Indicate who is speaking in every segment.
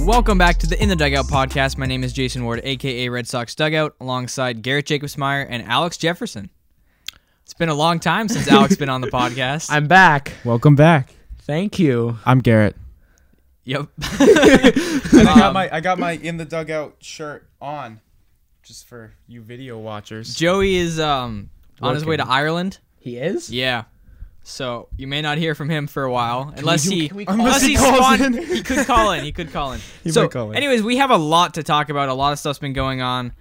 Speaker 1: Welcome back to the In the Dugout podcast. My name is Jason Ward, aka Red Sox Dugout, alongside Garrett Jacobsmeyer and Alex Jefferson. It's been a long time since Alex been on the podcast.
Speaker 2: I'm back.
Speaker 3: Welcome back.
Speaker 2: Thank you.
Speaker 3: I'm Garrett.
Speaker 1: yep.
Speaker 4: I got my I got my in the dugout shirt on, just for you video watchers.
Speaker 1: Joey is um, on his way to Ireland.
Speaker 2: He is?
Speaker 1: Yeah. So you may not hear from him for a while, unless
Speaker 2: do-
Speaker 1: he
Speaker 2: can we call
Speaker 1: unless
Speaker 4: him?
Speaker 1: he
Speaker 4: Unless he calls
Speaker 1: spawned.
Speaker 4: in.
Speaker 1: He could call in. He could call in. so,
Speaker 4: might call in.
Speaker 1: anyways, we have a lot to talk about. A lot of stuff's been going on.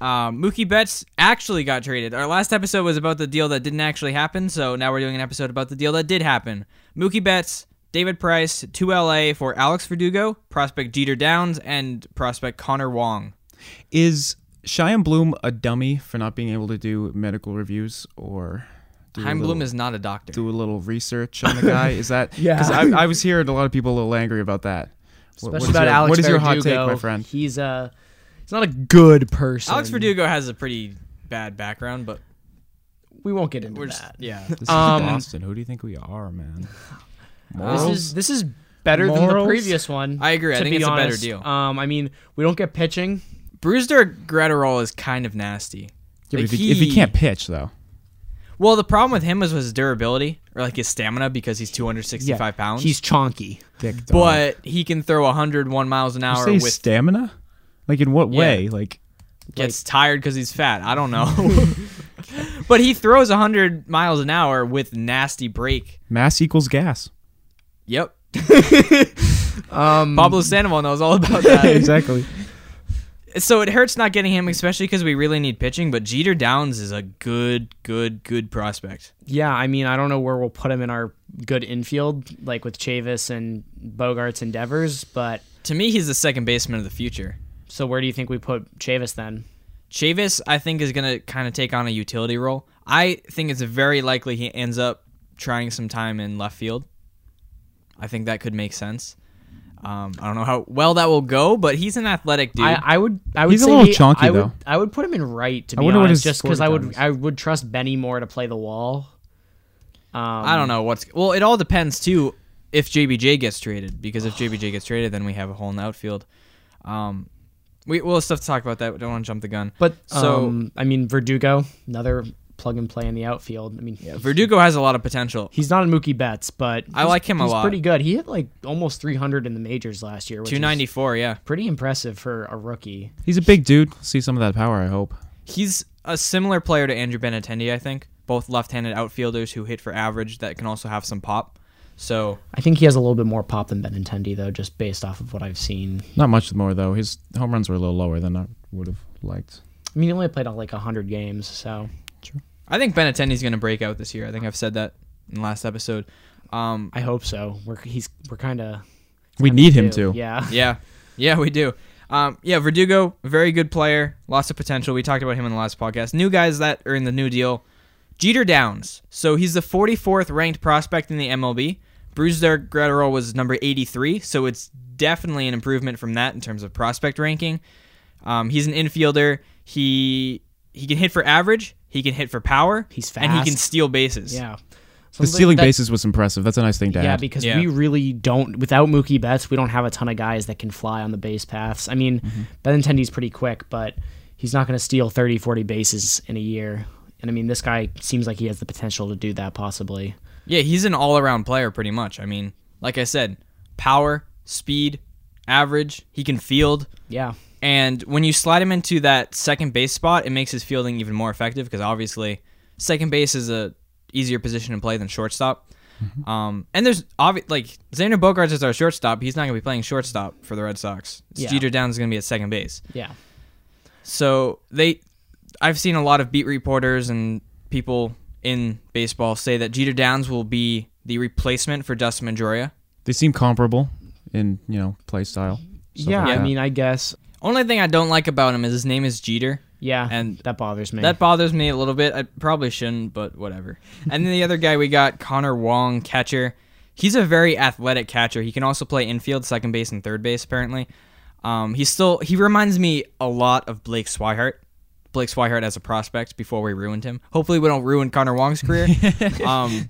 Speaker 1: Um, Mookie Betts actually got traded. Our last episode was about the deal that didn't actually happen, so now we're doing an episode about the deal that did happen. Mookie Betts, David Price to LA for Alex Verdugo, prospect Jeter Downs, and prospect Connor Wong.
Speaker 3: Is Cheyenne Bloom a dummy for not being able to do medical reviews or do
Speaker 1: Heim
Speaker 3: a
Speaker 1: Bloom
Speaker 3: little,
Speaker 1: is not a doctor.
Speaker 3: do a little research on the guy? Is that
Speaker 2: Yeah.
Speaker 3: Because I, I was hearing a lot of people a little angry about that. What- what
Speaker 2: Especially
Speaker 3: is
Speaker 2: about
Speaker 3: your-
Speaker 2: Alex
Speaker 3: What is your hot
Speaker 2: Verdugo.
Speaker 3: take, my friend?
Speaker 2: He's uh he's not a good person.
Speaker 1: Alex Verdugo has a pretty bad background, but
Speaker 2: We won't get into
Speaker 1: we're just
Speaker 2: that.
Speaker 1: yeah.
Speaker 3: This is
Speaker 2: Um,
Speaker 3: Boston. Who do you think we are, man?
Speaker 2: This is this is better than the
Speaker 3: Morals?
Speaker 2: previous one.
Speaker 1: I agree. I
Speaker 2: to
Speaker 1: think
Speaker 2: be
Speaker 1: it's a better
Speaker 2: honest.
Speaker 1: deal.
Speaker 2: Um I mean, we don't get pitching.
Speaker 1: Brewster Gratterall is kind of nasty.
Speaker 3: Yeah, but
Speaker 1: Like,
Speaker 3: if, he, if he can't pitch, though.
Speaker 1: well, the problem with him was was his durability or like his stamina because he's 265 pounds.
Speaker 2: He's chonky.
Speaker 3: Dick dog.
Speaker 1: but he can throw 101 miles an
Speaker 3: You
Speaker 1: hour
Speaker 3: say
Speaker 1: with
Speaker 3: stamina? Like, in what way? Like,
Speaker 1: gets tired because he's fat. I don't know. but he throws 100 miles an hour with nasty break.
Speaker 3: mass equals gas.
Speaker 1: Yep.
Speaker 2: Um
Speaker 1: Pablo Sandoval knows all about that.
Speaker 3: exactly.
Speaker 1: so it hurts not getting him, especially because we really need pitching. But Jeter Downs is a good, good, good prospect.
Speaker 2: yeah, I mean, I don't know where we'll put him in our good infield like with Chavis and Bogarts and Devers, but
Speaker 1: To me, he's the second baseman of the future.
Speaker 2: so where do you think we put Chavis then?
Speaker 1: Chavis, I think, is going to kind of take on a utility role. I think it's very likely he ends up trying some time in left field. I think that could make sense. Um, I don't know how well that will go, but he's an athletic dude.
Speaker 2: I, I would. I would
Speaker 3: He's a
Speaker 2: say
Speaker 3: little
Speaker 2: he-
Speaker 3: chunky,
Speaker 2: I would,
Speaker 3: though.
Speaker 2: I would put him in right to
Speaker 3: I
Speaker 2: be
Speaker 3: wonder what
Speaker 2: honest,
Speaker 3: his
Speaker 2: just because I
Speaker 3: score
Speaker 2: would.
Speaker 3: time is.
Speaker 2: I would trust Benny more to play the wall. Um,
Speaker 1: I don't know what's. Well, it all depends too if JBJ gets traded because if JBJ gets traded, then we have a hole in the outfield. Um, we we'll have stuff to talk about that. We don't want to jump the gun.
Speaker 2: But
Speaker 1: So-
Speaker 2: so I mean, Verdugo, another plug and play in the outfield. I mean,
Speaker 1: Verdugo has a lot of potential.
Speaker 2: he's not a Mookie Betts, but
Speaker 1: I
Speaker 2: he's-
Speaker 1: like him a
Speaker 2: he's
Speaker 1: lot.
Speaker 2: Pretty good. He hit like almost 300 in the majors last year, which
Speaker 1: Two ninety four, yeah.
Speaker 2: is pretty impressive for a rookie.
Speaker 3: He's a big dude. See some of that power, I hope.
Speaker 1: He's a similar player to Andrew Benatendi, I think. Both left-handed outfielders who hit for average that can also have some pop. So
Speaker 2: I think he has a little bit more pop than Benintendi, though, just based off of what I've seen.
Speaker 3: Not much more though. His home runs were a little lower than I would have liked.
Speaker 2: I mean, he only played on like 100 games, so
Speaker 1: I think Benatendi's going to break out this year. I think I've said that in the last episode. Um,
Speaker 2: I hope so. We're he's we're kind of
Speaker 3: We need him to.
Speaker 2: Yeah.
Speaker 1: yeah, yeah, we do. Um, yeah, Verdugo, very good player, lots of potential. We talked about him in the last podcast. New guys that are in the new deal. Jeter Downs. So he's the 44th ranked prospect in the MLB. Brewster Gratterall was number 83, so it's definitely an improvement from that in terms of prospect ranking. Um, he's an infielder. He he can hit for average. He can hit for power.
Speaker 2: He's
Speaker 1: and he can
Speaker 2: fast.
Speaker 1: steal bases.
Speaker 2: Yeah.
Speaker 3: The
Speaker 2: Something
Speaker 3: stealing
Speaker 2: that-
Speaker 3: bases was impressive. That's a nice thing to
Speaker 2: Yeah,
Speaker 3: add.
Speaker 2: because
Speaker 1: Yeah.
Speaker 2: we really don't. Without Mookie Betts, we don't have a ton of guys that can fly on the base paths. I mean, Benintendi's pretty quick, but he's not going to steal 30, 40 bases in a year. And I mean, this guy seems like he has the potential to do that possibly.
Speaker 1: Yeah, he's an all around player pretty much. I mean, like I said, power, speed, average, he can field.
Speaker 2: Yeah.
Speaker 1: And when you slide him into that second base spot, it makes his fielding even more effective because obviously second base is a easier position to play than shortstop. Um, and there's obvi- like Xander Bogarts is our shortstop. He's not going to be playing shortstop for the Red Sox.
Speaker 2: Yeah.
Speaker 1: Jeter Downs is going to be at second base.
Speaker 2: Yeah.
Speaker 1: So they, I've seen a lot of beat reporters and people in baseball say that Jeter Downs will be the replacement for Dustin Pedroia.
Speaker 3: they seem comparable in you know play style. stuff
Speaker 2: yeah.
Speaker 3: like
Speaker 2: I
Speaker 3: that.
Speaker 2: mean, I guess.
Speaker 1: Only thing I don't like about him is his name is Jeter.
Speaker 2: Yeah.
Speaker 1: And
Speaker 2: And that bothers me.
Speaker 1: That bothers me a little bit. I probably shouldn't, but whatever. and then the other guy we got, Connor Wong, catcher. He's a very athletic catcher. He can also play infield, second base, and third base. Apparently, um, he's still he reminds me a lot of Blake Swihart. Blake Swihart as a prospect before we ruined him. Hopefully, we don't ruin Connor Wong's career. um,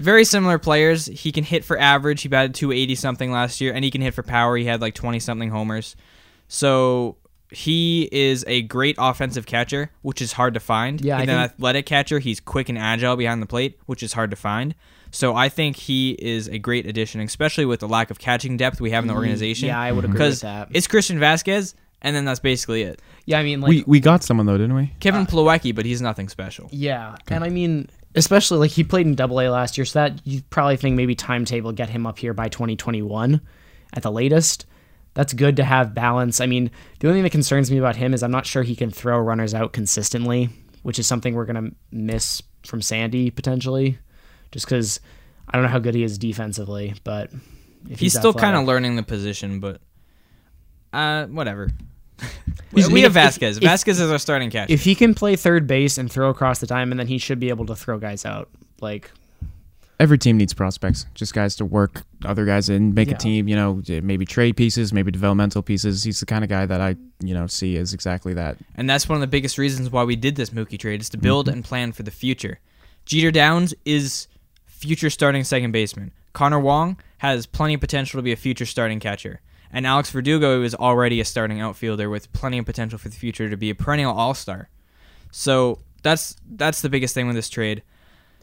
Speaker 1: Very similar players. He can hit for average. He batted 280 something last year, and he can hit for power. He had like 20 something homers. So he is a great offensive catcher, which is hard to find.
Speaker 2: Yeah, I
Speaker 1: He's an
Speaker 2: think-
Speaker 1: athletic catcher. He's quick and agile behind the plate, which is hard to find. So I think he is a great addition, especially with the lack of catching depth we have in the organization.
Speaker 2: Mm, Yeah, I would agree with
Speaker 1: Because
Speaker 2: that.
Speaker 1: it's Christian Vasquez, and then that's basically it.
Speaker 2: yeah, I mean, like,
Speaker 4: we we got someone though, didn't we?
Speaker 2: Uh,
Speaker 1: Kevin Plawecki, but he's nothing special.
Speaker 2: yeah, and I mean, especially like he played in Double A last year, so that you probably think maybe timetable get him up here by 2021 at the latest. That's good to have balance. I mean, the only thing that concerns me about him is I'm not sure he can throw runners out consistently, which is something we're gonna miss from Sandy potentially, just because I don't know how good he is defensively, but if
Speaker 1: He's, still kind
Speaker 2: athletic-
Speaker 1: of learning the position, but uh, whatever.
Speaker 2: I mean,
Speaker 1: we have
Speaker 2: if- if-
Speaker 1: Vasquez.
Speaker 2: if-
Speaker 1: Vasquez is our starting catcher.
Speaker 2: if he can play third base and throw across the diamond, then he should be able to throw guys out. Like
Speaker 4: Every team needs prospects, just guys to work other guys in, make
Speaker 2: Yeah.
Speaker 4: a team. You know, maybe trade pieces, maybe developmental pieces. He's the kind of guy that I you know see is exactly that.
Speaker 1: and that's one of the biggest reasons why we did this Mookie trade is to build
Speaker 2: Mm-hmm.
Speaker 1: and plan for the future. Jeter Downs is future starting second baseman. Connor Wong has plenty of potential to be a future starting catcher. And Alex Verdugo is already a starting outfielder with plenty of potential for the future to be a perennial all-star. So that's that's the biggest thing with this trade.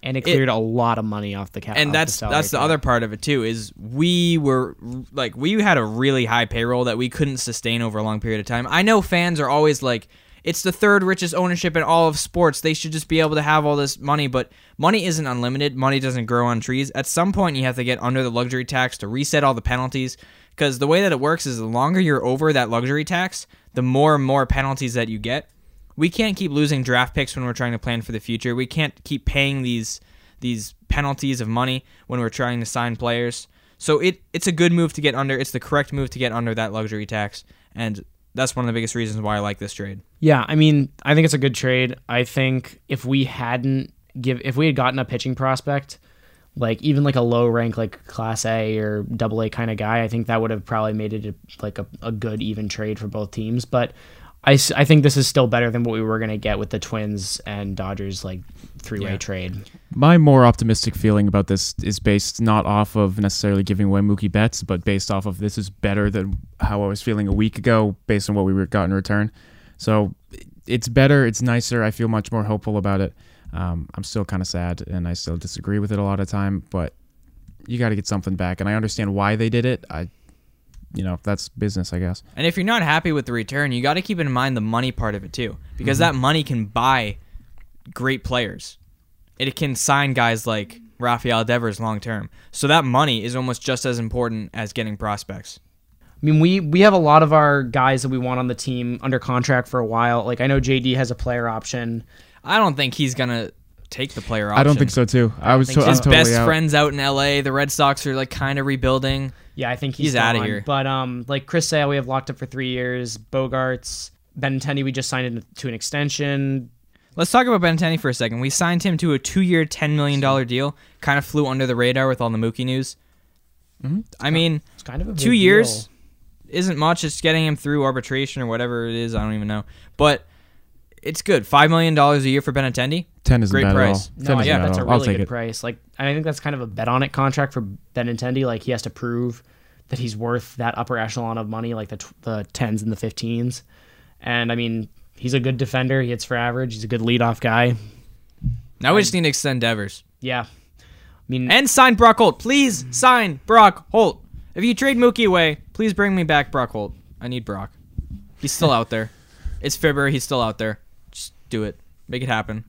Speaker 2: and it cleared a lot of money off the cap.
Speaker 1: and
Speaker 2: off
Speaker 1: that's
Speaker 2: salary
Speaker 1: that's the
Speaker 2: cap.
Speaker 1: other part of it too is we were like we had a really high payroll that we couldn't sustain over a long period of time. I know fans are always like it's the third richest ownership in all of sports. They should just be able to have all this money, but money isn't unlimited. Money doesn't grow on trees. At some point you have to get under the luxury tax to reset all the penalties because the way that it works is the longer you're over that luxury tax, the more and more penalties that you get we can't keep losing draft picks when we're trying to plan for the future. We can't keep paying these these penalties of money when we're trying to sign players. So it it's a good move to get under. It's the correct move to get under that luxury tax, and that's one of the biggest reasons why I like this trade.
Speaker 2: Yeah, I mean, I think it's a good trade. I think if we hadn't give if we had gotten a pitching prospect, like even like a low rank like class A or double A kind of guy, I think that would have probably made it a, like a, a good even trade for both teams, but I, s- I think this is still better than what we were going to get with the Twins and Dodgers like three-way
Speaker 1: Yeah.
Speaker 2: trade.
Speaker 4: My more optimistic feeling about this is based not off of necessarily giving away Mookie Betts, but based off of this is better than how I was feeling a week ago based on what we were- got in return. So it's better, it's nicer. I feel much more hopeful about it. Um, I'm still kind of sad and I still disagree with it a lot of time, but you got to get something back. And I understand why they did it. I, you know, that's business, I guess.
Speaker 1: And if you're not happy with the return, you got to keep in mind the money part of it too, because that money can buy great players. It can sign guys like Rafael Devers long term. So that money is almost just as important as getting prospects.
Speaker 2: I mean, we we have a lot of our guys that we want on the team under contract for a while. Like I know JD has a player option.
Speaker 1: I don't think he's gonna take the player option.
Speaker 4: I don't think so, too. I, was
Speaker 2: think
Speaker 4: to-
Speaker 2: so.
Speaker 4: I'm
Speaker 1: His
Speaker 4: totally
Speaker 1: best
Speaker 4: out.
Speaker 1: friend's out in L.A. The Red Sox are like kind of rebuilding.
Speaker 2: Yeah, I think he's,
Speaker 1: He's outta
Speaker 2: gone.
Speaker 1: here.
Speaker 2: But um, like Chris Sale, we have locked up for three years. Bogarts, Benintendi, we just signed in to an extension.
Speaker 1: Let's talk about Benintendi for a second. We signed him to a two-year, ten million dollar deal. Kind of flew under the radar with all the Mookie news.
Speaker 4: Mm-hmm.
Speaker 1: I mean,
Speaker 2: It's kind of a
Speaker 1: two
Speaker 2: big
Speaker 1: years
Speaker 2: deal.
Speaker 1: isn't much. It's getting him through arbitration or whatever it is. I don't even know, but it's good. Five million dollars a year for Benintendi.
Speaker 4: 10 isn't
Speaker 1: Great
Speaker 4: bad
Speaker 1: price.
Speaker 4: at all.
Speaker 2: No,
Speaker 4: 10
Speaker 2: I
Speaker 4: isn't
Speaker 2: think
Speaker 4: bad at
Speaker 2: that's a
Speaker 4: all. I'll
Speaker 2: really
Speaker 4: take
Speaker 2: good
Speaker 4: it.
Speaker 2: price. Like I think that's kind of a bet on it contract for Benintendi. Like he has to prove that he's worth that upper echelon of money, like the tw- the tens and the fifteens. And I mean, he's a good defender. He hits for average. He's a good leadoff guy.
Speaker 1: Now we just need to extend Devers
Speaker 2: Yeah, I mean,
Speaker 1: and sign Brock Holt. Please sign Brock Holt. If you trade Mookie away, please bring me back Brock Holt. I need Brock. He's still out there. It's February. He's still out there. Just do it. Make it happen.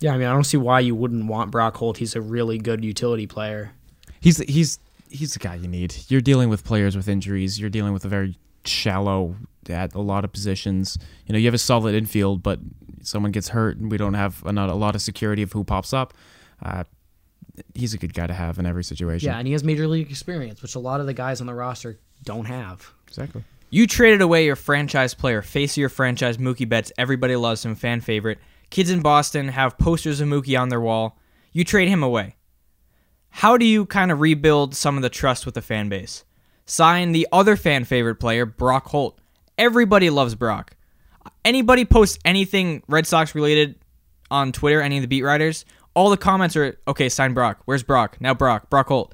Speaker 2: yeah, I mean, I don't see why you wouldn't want Brock Holt. He's a really good utility player.
Speaker 4: he's he's he's the guy you need. You're dealing with players with injuries. You're dealing with a very shallow at a lot of positions. You know, you have a solid infield, but someone gets hurt, and we don't have a, not a lot of security of who pops up. Uh, he's a good guy to have in every situation.
Speaker 2: Yeah, and he has major league experience, which a lot of the guys on the roster don't have.
Speaker 4: exactly.
Speaker 1: You traded away your franchise player, face of your franchise, Mookie Betts. Everybody loves him, fan favorite. Kids in Boston have posters of Mookie on their wall. You trade him away. How do you kind of rebuild some of the trust with the fan base? Sign the other fan favorite player, Brock Holt. Everybody loves Brock. Anybody posts anything Red Sox related on Twitter, any of the beat writers, all the comments are okay. Sign Brock. Where's Brock? Now Brock. Brock Holt.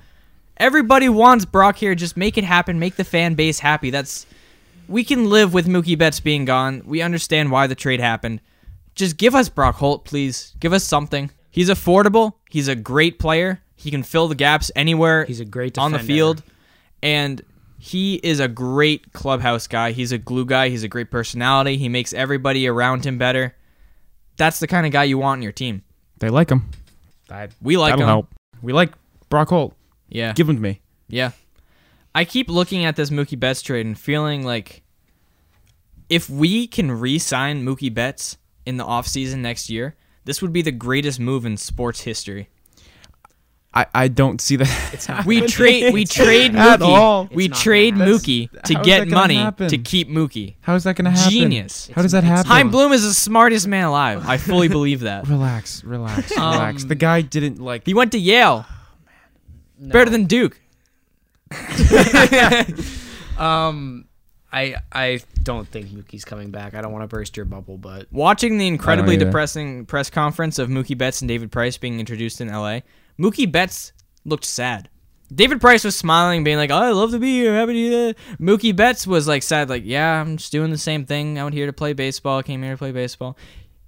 Speaker 1: Everybody wants Brock here. Just make it happen. Make the fan base happy. That's we can live with Mookie Betts being gone. We understand why the trade happened. Just give us Brock Holt, please. Give us something. He's affordable. He's a great player. He can fill the gaps anywhere.
Speaker 2: He's a great
Speaker 1: on the
Speaker 2: defender.
Speaker 1: field, and he is a great clubhouse guy. He's a glue guy. He's a great personality. He makes everybody around him better. That's the kind of guy you want in your team.
Speaker 4: They like him.
Speaker 5: That-
Speaker 1: We like
Speaker 4: That'll
Speaker 1: him.
Speaker 4: help. We like Brock Holt.
Speaker 1: Yeah.
Speaker 4: Give him to me.
Speaker 1: Yeah. I keep looking at this Mookie Betts trade and feeling like if we can re sign Mookie Betts in the offseason next year, this would be the greatest move in sports history.
Speaker 4: I, I don't see that. It's
Speaker 1: We trade we trade
Speaker 4: At
Speaker 1: Mookie.
Speaker 4: all.
Speaker 1: We
Speaker 2: It's not
Speaker 1: trade
Speaker 4: gonna happen.
Speaker 1: Mookie
Speaker 4: That's-
Speaker 1: to
Speaker 4: how is
Speaker 1: get
Speaker 4: that gonna
Speaker 1: money
Speaker 4: happen?
Speaker 1: to keep Mookie.
Speaker 4: How is that going to happen?
Speaker 1: Genius.
Speaker 4: How does that happen?
Speaker 1: Hein Bloom is the smartest man alive. I fully believe that.
Speaker 4: Relax, relax,
Speaker 1: Um,
Speaker 4: relax. The guy didn't like.
Speaker 1: He went to Yale.
Speaker 2: No.
Speaker 1: Better than Duke.
Speaker 2: Um, I I don't think Mookie's coming back. I don't want to burst your bubble, but
Speaker 1: Watching the incredibly
Speaker 2: Oh,
Speaker 4: either.
Speaker 1: depressing press conference of Mookie Betts and David Price being introduced in LA, Mookie Betts looked sad. David Price was smiling, being like, oh, I love to be here. Happy to be here." Mookie Betts was like sad, like, yeah, I'm just doing the same thing. I'm here to play baseball. Came here to play baseball.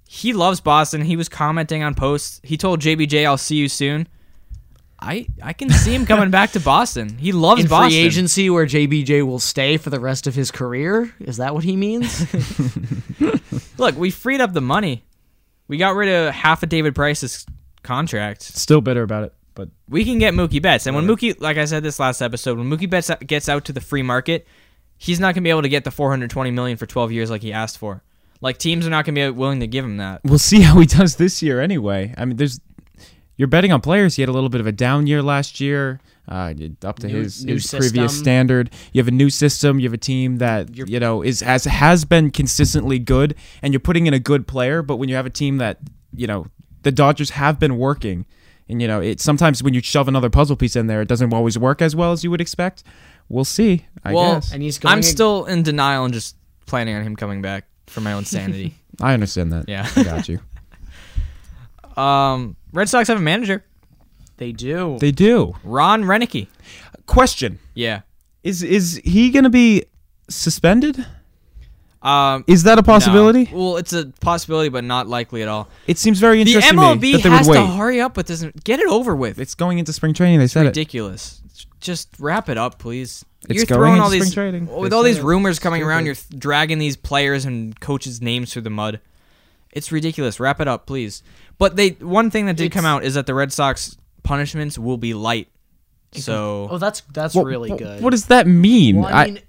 Speaker 1: He loves Boston. He was commenting on posts. He told JBJ, I'll see you soon. I I can see him coming back to Boston. He loves
Speaker 2: in
Speaker 1: Boston.
Speaker 2: free agency where JBJ will stay for the rest of his career. Is that what he means?
Speaker 1: Look, we freed up the money. We got rid of half of David Price's contract.
Speaker 4: Still bitter about it, but
Speaker 1: we can get Mookie Betts. And when Mookie, like I said this last episode, when Mookie Betts gets out to the free market, he's not going to be able to get the 420 million for 12 years like he asked for. Like teams are not going to be willing to give him that.
Speaker 4: we'll see how he does this year anyway. I mean, there's you're betting on players. He had a little bit of a down year last year, uh, up to
Speaker 2: New-
Speaker 4: his,
Speaker 2: new
Speaker 4: his previous
Speaker 2: system.
Speaker 4: standard. You have a new system. You have a team that you know is has has been consistently good, and you're putting in a good player. But when you have a team that you know the Dodgers have been working, and you know it sometimes when you shove another puzzle piece in there, it doesn't always work as well as you would expect. We'll see. I
Speaker 1: well,
Speaker 4: guess
Speaker 2: And he's going
Speaker 1: I'm
Speaker 2: ag-
Speaker 1: still in denial and just planning on him coming back for my own sanity.
Speaker 4: I understand that.
Speaker 1: Yeah.
Speaker 4: I got you.
Speaker 1: um, Red Sox have a manager,
Speaker 2: they do.
Speaker 4: They do.
Speaker 1: Ron Renicky.
Speaker 4: Question.
Speaker 1: Yeah.
Speaker 4: Is is he gonna be suspended?
Speaker 1: Um,
Speaker 4: Is that a
Speaker 1: no.
Speaker 4: possibility?
Speaker 1: Well, it's a possibility, but not likely at all.
Speaker 4: It seems very
Speaker 1: The
Speaker 4: interesting to me
Speaker 1: MLB
Speaker 4: that they
Speaker 1: has
Speaker 4: would
Speaker 1: to
Speaker 4: wait.
Speaker 1: hurry up with this. Get it over with.
Speaker 4: it's going into spring training. They said it.
Speaker 1: ridiculous. Just wrap it up, please.
Speaker 4: It's
Speaker 1: you're
Speaker 4: going
Speaker 1: throwing
Speaker 4: into
Speaker 1: all these
Speaker 4: spring training.
Speaker 1: with
Speaker 4: They
Speaker 1: all
Speaker 4: said
Speaker 1: these
Speaker 4: it.
Speaker 1: rumors coming around.
Speaker 4: Stupid.
Speaker 1: You're th- dragging these players and coaches' names through the mud. It's ridiculous. Wrap it up, please. But they one thing that did come
Speaker 2: It's-
Speaker 1: out is that the Red Sox punishments will be light.
Speaker 2: Oh,
Speaker 1: So
Speaker 2: that's that's
Speaker 4: What-
Speaker 2: really
Speaker 4: what-
Speaker 2: good.
Speaker 4: What does that mean?
Speaker 2: Well, I mean,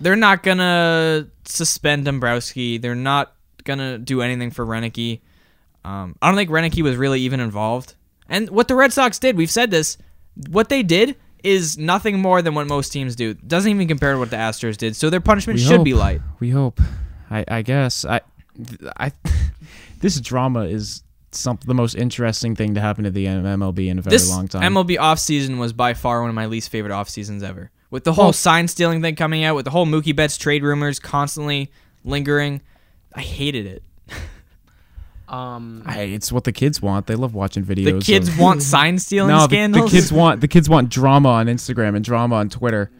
Speaker 1: they're not gonna suspend Dombrowski. They're not gonna do anything for Renicky. Um, I don't think Renicky was really even involved. And what the Red Sox did, we've said this, what they did is nothing more than what most teams do. Doesn't even compare to what the Astros did. So their punishment
Speaker 4: We
Speaker 1: should be
Speaker 4: hope.
Speaker 1: light.
Speaker 4: we hope. I, I guess. I. I. This drama is some the most interesting thing to happen to the M- MLB in a very
Speaker 1: This
Speaker 4: long time.
Speaker 1: MLB offseason was by far one of my least favorite off seasons ever. With the whole sign stealing thing coming out, with the whole Mookie Betts trade rumors constantly lingering, I hated it.
Speaker 2: um,
Speaker 4: I, it's what the kids want. They love watching videos.
Speaker 1: The kids
Speaker 4: of,
Speaker 1: want sign stealing
Speaker 4: no, the, the
Speaker 1: scandals.
Speaker 4: kids want the kids want drama on Instagram and drama on Twitter.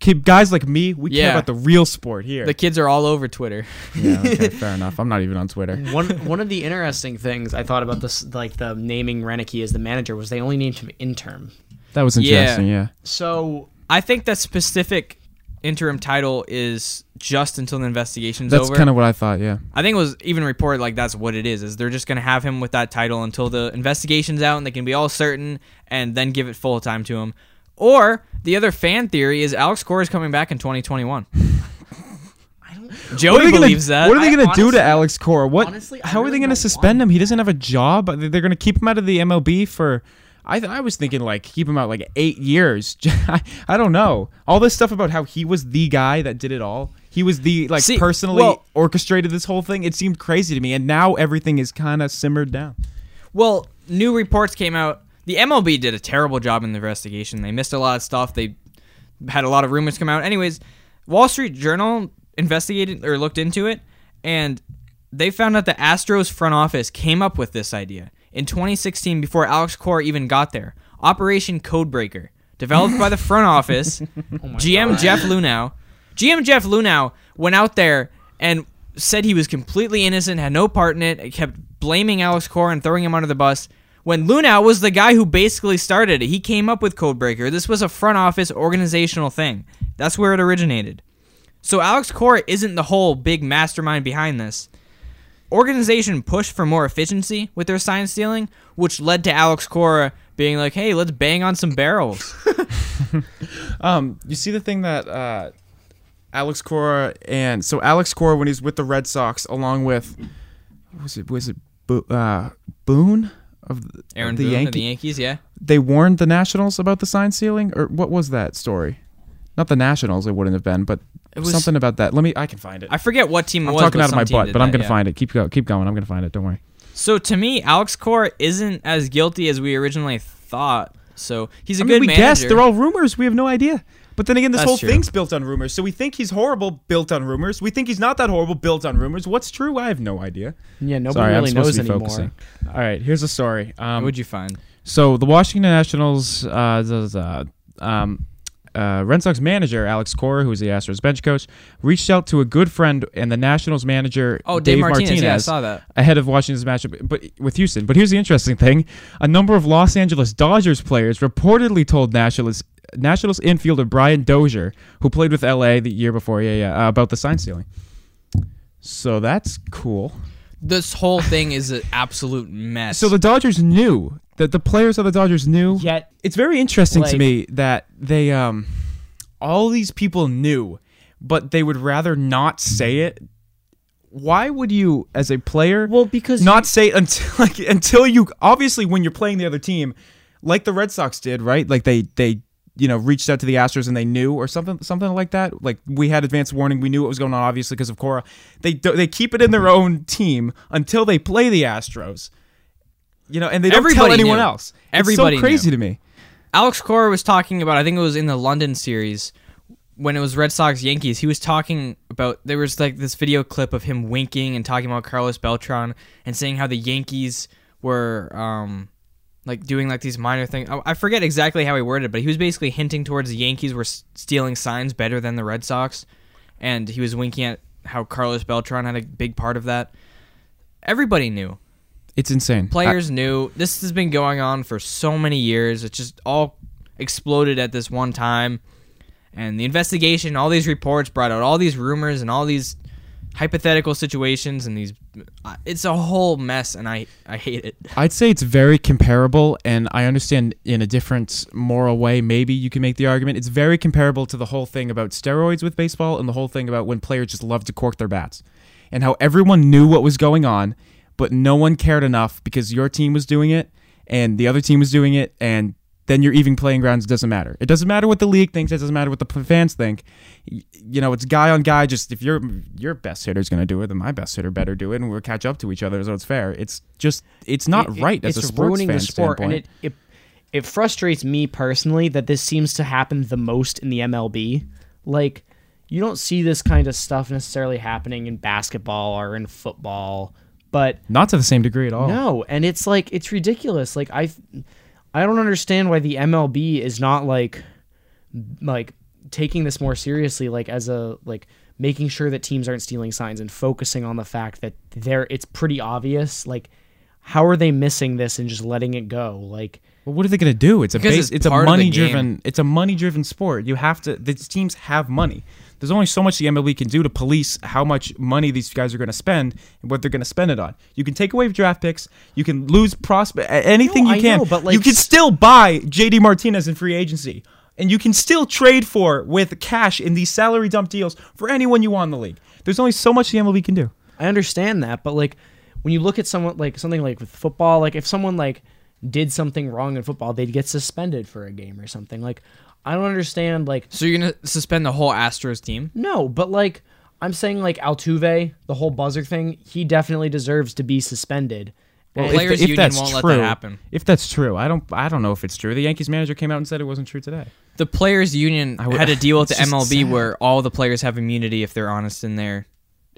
Speaker 4: Kid, guys like me, we
Speaker 1: Yeah.
Speaker 4: care about the real sport here.
Speaker 1: the kids are all over Twitter.
Speaker 4: yeah, okay, fair enough. I'm not even on Twitter.
Speaker 2: one one of the interesting things I thought about this, like the naming Renicky as the manager, was they only named him interim.
Speaker 4: That was
Speaker 1: Yeah.
Speaker 4: interesting. yeah.
Speaker 2: So
Speaker 1: I think that specific interim title is just until the investigation's
Speaker 4: That's
Speaker 1: over.
Speaker 4: kind of what I thought. Yeah.
Speaker 1: I think it was even reported like that's what it is. Is they're just gonna have him with that title until the investigation's out and they can be all certain and then give it full time to him. Or the other fan theory is Alex Cora is coming back in 2021.
Speaker 2: I don't.
Speaker 4: What are
Speaker 1: Joey
Speaker 4: they
Speaker 1: believes
Speaker 4: gonna,
Speaker 1: that.
Speaker 4: What are they
Speaker 2: I
Speaker 4: going to do
Speaker 2: honestly-
Speaker 4: to Alex Cora? What?
Speaker 2: honestly, I
Speaker 4: how are they
Speaker 2: really
Speaker 4: going to
Speaker 2: don't
Speaker 4: suspend
Speaker 2: want
Speaker 4: him? He doesn't have a job. They- They're going to keep him out of the MLB for. I, th- I was thinking like keep him out like eight years. I, I don't know. All this stuff about how he was the guy that did it all. He was the like
Speaker 1: See,
Speaker 4: personally
Speaker 1: well-
Speaker 4: orchestrated this whole thing. It seemed crazy to me, and now everything is kind of simmered down.
Speaker 1: Well, new reports came out. The MLB did a terrible job in the investigation. They missed a lot of stuff. They had a lot of rumors come out. Anyways, Wall Street Journal investigated or looked into it, and they found out the Astros front office came up with this idea. in 2016 before Alex Cora even got there. Operation Codebreaker, developed by the front office, GM Jeff Lunau. GM Jeff Lunau went out there and said he was completely innocent, had no part in it, kept blaming Alex Cora and throwing him under the bus. When Lunau was the guy who basically started it, he came up with Codebreaker. This was a front office organizational thing. That's where it originated. So Alex Cora isn't the whole big mastermind behind this. Organization pushed for more efficiency with their sign stealing, which led to Alex Cora being like, "Hey, let's bang on some barrels."
Speaker 4: Um, you see the thing that uh, Alex Cora and so Alex Cora when he's with the Red Sox, along with was it was it Bo- uh, Boone of the,
Speaker 1: Aaron
Speaker 4: the
Speaker 1: Boone of the
Speaker 4: Yankee?
Speaker 1: Yankees, yeah.
Speaker 4: they warned the Nationals about the sign ceiling, or what was that story? Not the Nationals, it wouldn't have been, but
Speaker 1: It was-
Speaker 4: something about that. Let me, I can find it.
Speaker 1: I forget what team it
Speaker 4: I'm
Speaker 1: was.
Speaker 4: talking
Speaker 1: but
Speaker 4: out of
Speaker 1: some
Speaker 4: my
Speaker 1: team
Speaker 4: butt,
Speaker 1: did
Speaker 4: but I'm
Speaker 1: that,
Speaker 4: gonna
Speaker 1: yeah.
Speaker 4: find it. Keep go, keep going. I'm gonna find it. Don't worry.
Speaker 1: So to me, Alex Cora isn't as guilty as we originally thought. So he's a
Speaker 4: I
Speaker 1: good
Speaker 4: mean, we
Speaker 1: manager.
Speaker 4: guessed. They're all rumors. We have no idea. But then again, this
Speaker 1: That's
Speaker 4: whole
Speaker 1: true.
Speaker 4: thing's built on rumors. So we think he's horrible, built on rumors. We think he's not that horrible, built on rumors. What's true? I have no idea.
Speaker 2: Yeah, nobody
Speaker 4: Sorry, I'm
Speaker 2: really
Speaker 4: supposed
Speaker 2: knows
Speaker 4: to be
Speaker 2: anymore.
Speaker 4: focusing. All right, here's a story. Um,
Speaker 1: What'd you find?
Speaker 4: So the Washington Nationals, uh, the, the, um, uh, Red Sox manager Alex Cora, who is the Astros bench coach, reached out to a good friend and the Nationals manager
Speaker 1: Oh, Dave, Martinez. Yeah, I saw that.
Speaker 4: ahead of Washington's matchup but with Houston. But here's the interesting thing: a number of Los Angeles Dodgers players reportedly told Nationals Nationals infielder Brian Dozier, who played with LA the year before, yeah, yeah, uh, about the sign stealing. So that's cool.
Speaker 1: This whole thing is an absolute mess.
Speaker 4: So the Dodgers knew that the players of the Dodgers knew.
Speaker 2: Yet
Speaker 4: It's very interesting to
Speaker 2: Like-
Speaker 4: me that they um all these people knew, but they would rather not say it. Why would you as a player
Speaker 2: Well, because
Speaker 4: not say until like until you obviously when you're playing the other team like the Red Sox did, right? Like they they you know reached out to the Astros and they knew or something something like that. Like we had advance warning, we knew what was going on obviously because of Cora. They do, they keep it in their own team until they play the Astros. You know, and they don't
Speaker 1: Everybody
Speaker 4: tell anyone
Speaker 1: knew.
Speaker 4: else.
Speaker 1: Everybody
Speaker 4: it's
Speaker 1: knew.
Speaker 4: so crazy to me.
Speaker 1: Alex Cora was talking about, I think it was in the London series when it was Red Sox Yankees. He was talking about there was like this video clip of him winking and talking about Carlos Beltran and saying how the Yankees were um like doing like these minor things. I I forget exactly how he worded it, but he was basically hinting towards the Yankees were s- stealing signs better than the Red Sox, and he was winking at how Carlos Beltran had a big part of that. Everybody knew
Speaker 4: It's insane.
Speaker 1: players knew this has been going on for so many years it just all exploded at this one time and the investigation all these reports brought out all these rumors and all these hypothetical situations and these uh, it's a whole mess and i i hate it
Speaker 4: I'd say it's very comparable, and I understand in a different moral way. Maybe you can make the argument. It's very comparable to the whole thing about steroids with baseball and the whole thing about when players just love to cork their bats and how everyone knew what was going on, but no one cared enough because your team was doing it and the other team was doing it, and then your even playing grounds doesn't matter. It doesn't matter what the league thinks. It doesn't matter what the p- fans think. Y- You know, it's guy on guy. Just if your your best hitter's going to do it, then my best hitter better do it, and we'll catch up to each other. So it's fair. It's just it's not
Speaker 2: it-
Speaker 4: right as
Speaker 2: it's
Speaker 4: a sports
Speaker 2: ruining
Speaker 4: fan
Speaker 2: the sport,
Speaker 4: standpoint.
Speaker 2: and it, it it frustrates me personally that this seems to happen the most in the MLB. Like you don't see this kind of stuff necessarily happening in basketball or in football, but
Speaker 4: not to the same degree at all.
Speaker 2: no, and it's like it's ridiculous. Like I, I don't understand why the MLB is not like, like taking this more seriously. Like as a like making sure that teams aren't stealing signs and focusing on the fact that they're it's pretty obvious. Like, how are they missing this and just letting it go? Like,
Speaker 4: Well, what are they going to do? It's a
Speaker 1: Because
Speaker 4: base,
Speaker 1: it's
Speaker 4: it's, a
Speaker 1: part of the
Speaker 4: money driven it's a money driven sport. You have to these teams have money. There's only so much the MLB can do to police how much money these guys are going to spend and what they're going to spend it on. You can take away draft picks. You can lose prospect anything
Speaker 2: No,
Speaker 4: you
Speaker 2: I
Speaker 4: can.
Speaker 2: know, but, like,
Speaker 4: you can still buy JD Martinez in free agency, and you can still trade for with cash in these salary dump deals for anyone you want in the league. There's only so much the MLB can do.
Speaker 2: I understand that, but like when you look at someone like something like with football, like if someone like did something wrong in football, they'd get suspended for a game or something. Like I don't understand like
Speaker 1: so you're gonna suspend the whole astros team
Speaker 2: No, but like I'm saying, like Altuve, the whole buzzer thing, he definitely deserves to be suspended.
Speaker 1: Well,
Speaker 2: And-
Speaker 1: Players Union won't let that happen.
Speaker 4: If that's true, I don't I don't know if it's true. The Yankees manager came out and said it wasn't true today.
Speaker 1: the players union had a deal with the
Speaker 4: it's just
Speaker 1: mlb
Speaker 4: sad.
Speaker 1: where all the players have immunity if they're honest in their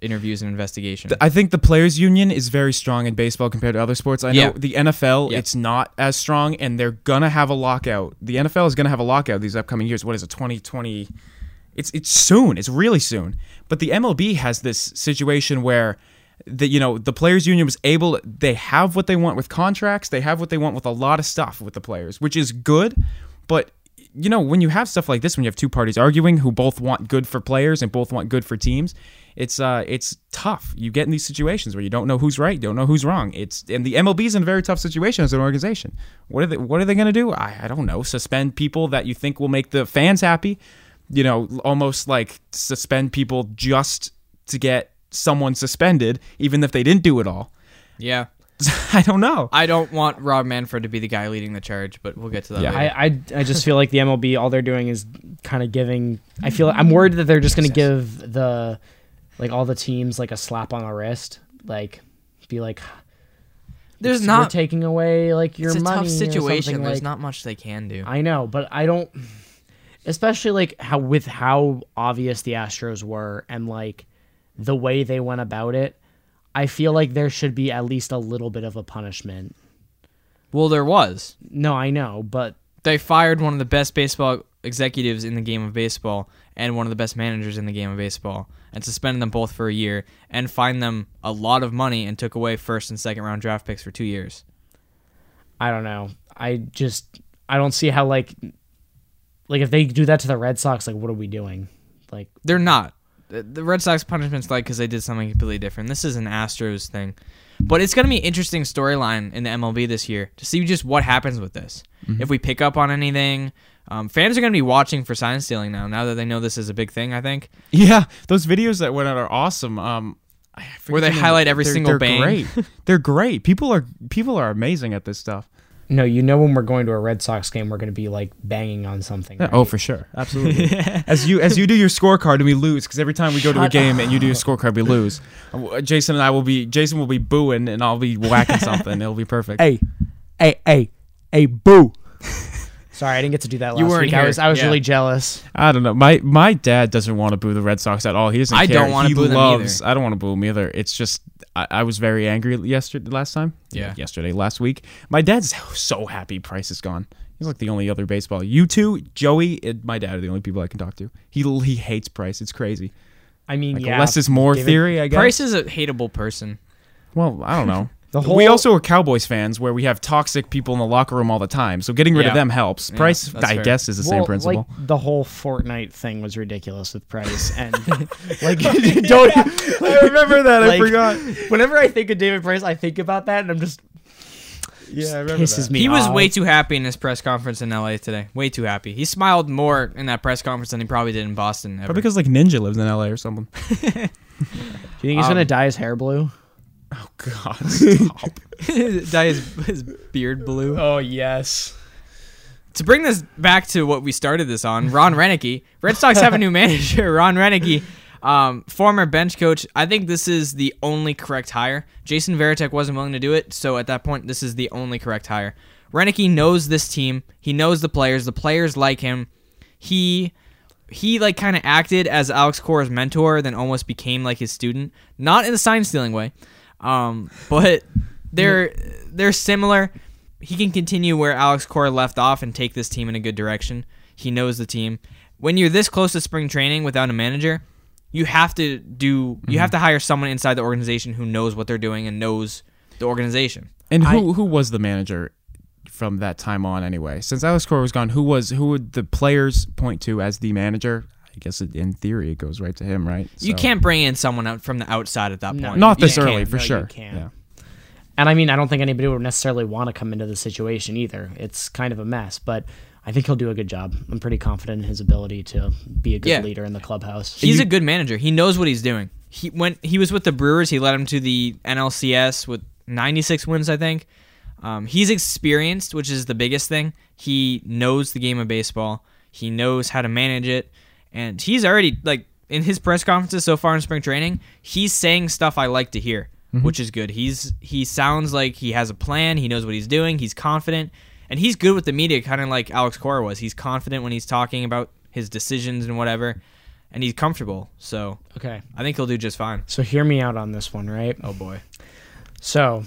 Speaker 1: interviews and investigation.
Speaker 4: I think the players' union is very strong in baseball compared to other sports. I know
Speaker 1: Yeah.
Speaker 4: the NFL,
Speaker 1: Yeah.
Speaker 4: it's not as strong, and they're gonna have a lockout. The NFL is gonna have a lockout these upcoming years. What is it, twenty twenty? It's it's soon. It's really soon. But the MLB has this situation where the you know the players' union was able. They have what they want with contracts. They have what they want with a lot of stuff with the players, which is good. But you know when you have stuff like this, when you have two parties arguing who both want good for players and both want good for teams, it's uh it's tough. You get in these situations where you don't know who's right, you don't know who's wrong. It's and the MLB's in a very tough situation as an organization. What are they what are they gonna do? I, I don't know. Suspend people that you think will make the fans happy. You know, almost like suspend people just to get someone suspended, even if they didn't do it all.
Speaker 1: yeah.
Speaker 4: I don't know.
Speaker 1: I don't want Rob Manfred to be the guy leading the charge, but we'll get to that
Speaker 4: Yeah.
Speaker 1: later.
Speaker 2: I, I, I just feel like the MLB, all they're doing is kind of giving. I feel I'm worried that they're just going to give the like all the teams like a slap on the wrist, like be like
Speaker 1: There's
Speaker 2: "We're
Speaker 1: not
Speaker 2: taking away like your
Speaker 1: it's a
Speaker 2: money.
Speaker 1: tough
Speaker 2: or
Speaker 1: situation.
Speaker 2: something,
Speaker 1: There's
Speaker 2: like-
Speaker 1: not much they can do.
Speaker 2: I know, but I don't. Especially like how with how obvious the Astros were and like the way they went about it, I feel like there should be at least a little bit of a punishment.
Speaker 1: well, there was.
Speaker 2: No, I know, but
Speaker 1: They fired one of the best baseball executives in the game of baseball and one of the best managers in the game of baseball and suspended them both for a year and fined them a lot of money and took away first and second round draft picks for 2 years.
Speaker 2: I don't know. I just I don't see how like like if they do that to the Red Sox, like what are we doing? Like
Speaker 1: They're not. The- The Red Sox punishment's like because they did something completely different. This is an Astros thing, but it's going to be an interesting storyline in the MLB this year to see just what happens with this. If we pick up on anything, um, fans are going to be watching for sign stealing now. Now that they know this is a big thing, I think.
Speaker 4: Yeah, those videos that went out are awesome. Um, I forget
Speaker 1: Where they
Speaker 4: the name.
Speaker 1: highlight every
Speaker 4: They're-
Speaker 1: single
Speaker 4: they're
Speaker 1: bang.
Speaker 4: Great. they're great. People are people are amazing at this stuff.
Speaker 2: no, you know when we're going to a Red Sox game, we're going to be like banging on something. right?
Speaker 4: Oh, for sure, absolutely. as you as you do your scorecard and we lose, because every time we go to a game and you do your scorecard, we lose. Uh, Jason and I will be Jason will be booing and I'll be whacking something. It'll be perfect.
Speaker 2: hey, hey, hey, hey, boo. Sorry, I didn't get to do that last
Speaker 1: You weren't
Speaker 2: week. I
Speaker 1: here.
Speaker 2: was I was
Speaker 1: Yeah.
Speaker 2: really jealous.
Speaker 4: I don't know. My my dad doesn't want to boo the Red Sox at all. He doesn't.
Speaker 1: I
Speaker 4: care.
Speaker 1: don't wanna
Speaker 4: He
Speaker 1: boo them
Speaker 4: loves, I don't want to boo him either. It's just I, I was very angry yesterday last time.
Speaker 1: Yeah.
Speaker 4: yesterday last week. My dad's so happy. Price is gone. He's like the only other baseball. You two, Joey, and my dad are the only people I can talk to. He he hates Price. It's crazy.
Speaker 2: I mean,
Speaker 4: Like
Speaker 2: yeah,
Speaker 4: less is more
Speaker 2: David-
Speaker 4: theory. I guess.
Speaker 1: Price is a hateable person.
Speaker 4: Well, I don't know.
Speaker 2: The
Speaker 4: we
Speaker 2: whole-
Speaker 4: also are Cowboys fans where we have toxic people in the locker room all the time. So getting rid
Speaker 1: Yeah.
Speaker 4: of them helps.
Speaker 1: Yeah,
Speaker 4: Price,
Speaker 1: that's
Speaker 4: I
Speaker 1: fair.
Speaker 4: guess, is the same
Speaker 2: Well,
Speaker 4: principle.
Speaker 2: Like, the whole Fortnite thing was ridiculous with Price, and like don't. e-
Speaker 4: I remember that.
Speaker 2: like, Whenever I think of David Price, I think about that, and I'm just
Speaker 4: Yeah, I remember
Speaker 2: pisses me.
Speaker 1: He was
Speaker 2: off.
Speaker 1: way too happy in his press conference in LA today. Way too happy. He smiled more in that press conference than he probably did in Boston. Ever.
Speaker 4: Probably because like Ninja lives in LA or something.
Speaker 2: Do you think he's
Speaker 1: Um,
Speaker 2: gonna dye his hair blue?
Speaker 4: Oh, God, stop.
Speaker 1: dye his, his beard blue.
Speaker 2: Oh yes.
Speaker 1: to bring this back to what we started this on, Ron Renicky, Red Sox have a new manager, Ron Renicky, um, former bench coach. I think this is the only correct hire. Jason Veritek wasn't willing to do it, so at that point, this is the only correct hire. Renicky knows this team. He knows the players. The players like him. He he like kind of acted as Alex Cora's mentor, then almost became like his student, not in the sign stealing way, um, but they're they're similar. He can continue where Alex Cora left off and take this team in a good direction. He knows the team. When you're this close to spring training without a manager, you have to do you
Speaker 4: Mm-hmm.
Speaker 1: have to hire someone inside the organization who knows what they're doing and knows the organization.
Speaker 4: And who who was the manager from that time on anyway? Since Alex Cora was gone, who was who would the players point to as the manager? I guess it, in theory it goes right to him, right?
Speaker 1: You
Speaker 4: So-
Speaker 1: can't bring in someone out from the outside at that point.
Speaker 4: Not
Speaker 1: You
Speaker 4: this
Speaker 1: can't.
Speaker 4: early, for
Speaker 2: No, you
Speaker 4: sure.
Speaker 2: can't. And I mean, I don't think anybody would necessarily want to come into the situation either. It's kind of a mess, but I think he'll do a good job. I'm pretty confident in his ability to be a good
Speaker 1: Yeah.
Speaker 2: leader in the clubhouse.
Speaker 1: He's a good manager. He knows what he's doing. He when he was with the Brewers, he led him to the NLCS with 96 wins, I think. Um, he's experienced, which is the biggest thing. He knows the game of baseball. He knows how to manage it, and he's already like in his press conferences so far in spring training. He's saying stuff I like to hear, which is good. He's he sounds like he has a plan. He knows what he's doing. He's confident, and he's good with the media, kind of like Alex Cora was. He's confident when he's talking about his decisions and whatever and he's comfortable. So
Speaker 2: Okay.
Speaker 1: I think he'll do just fine.
Speaker 2: So hear me out on this one, right?
Speaker 1: Oh boy.
Speaker 2: So,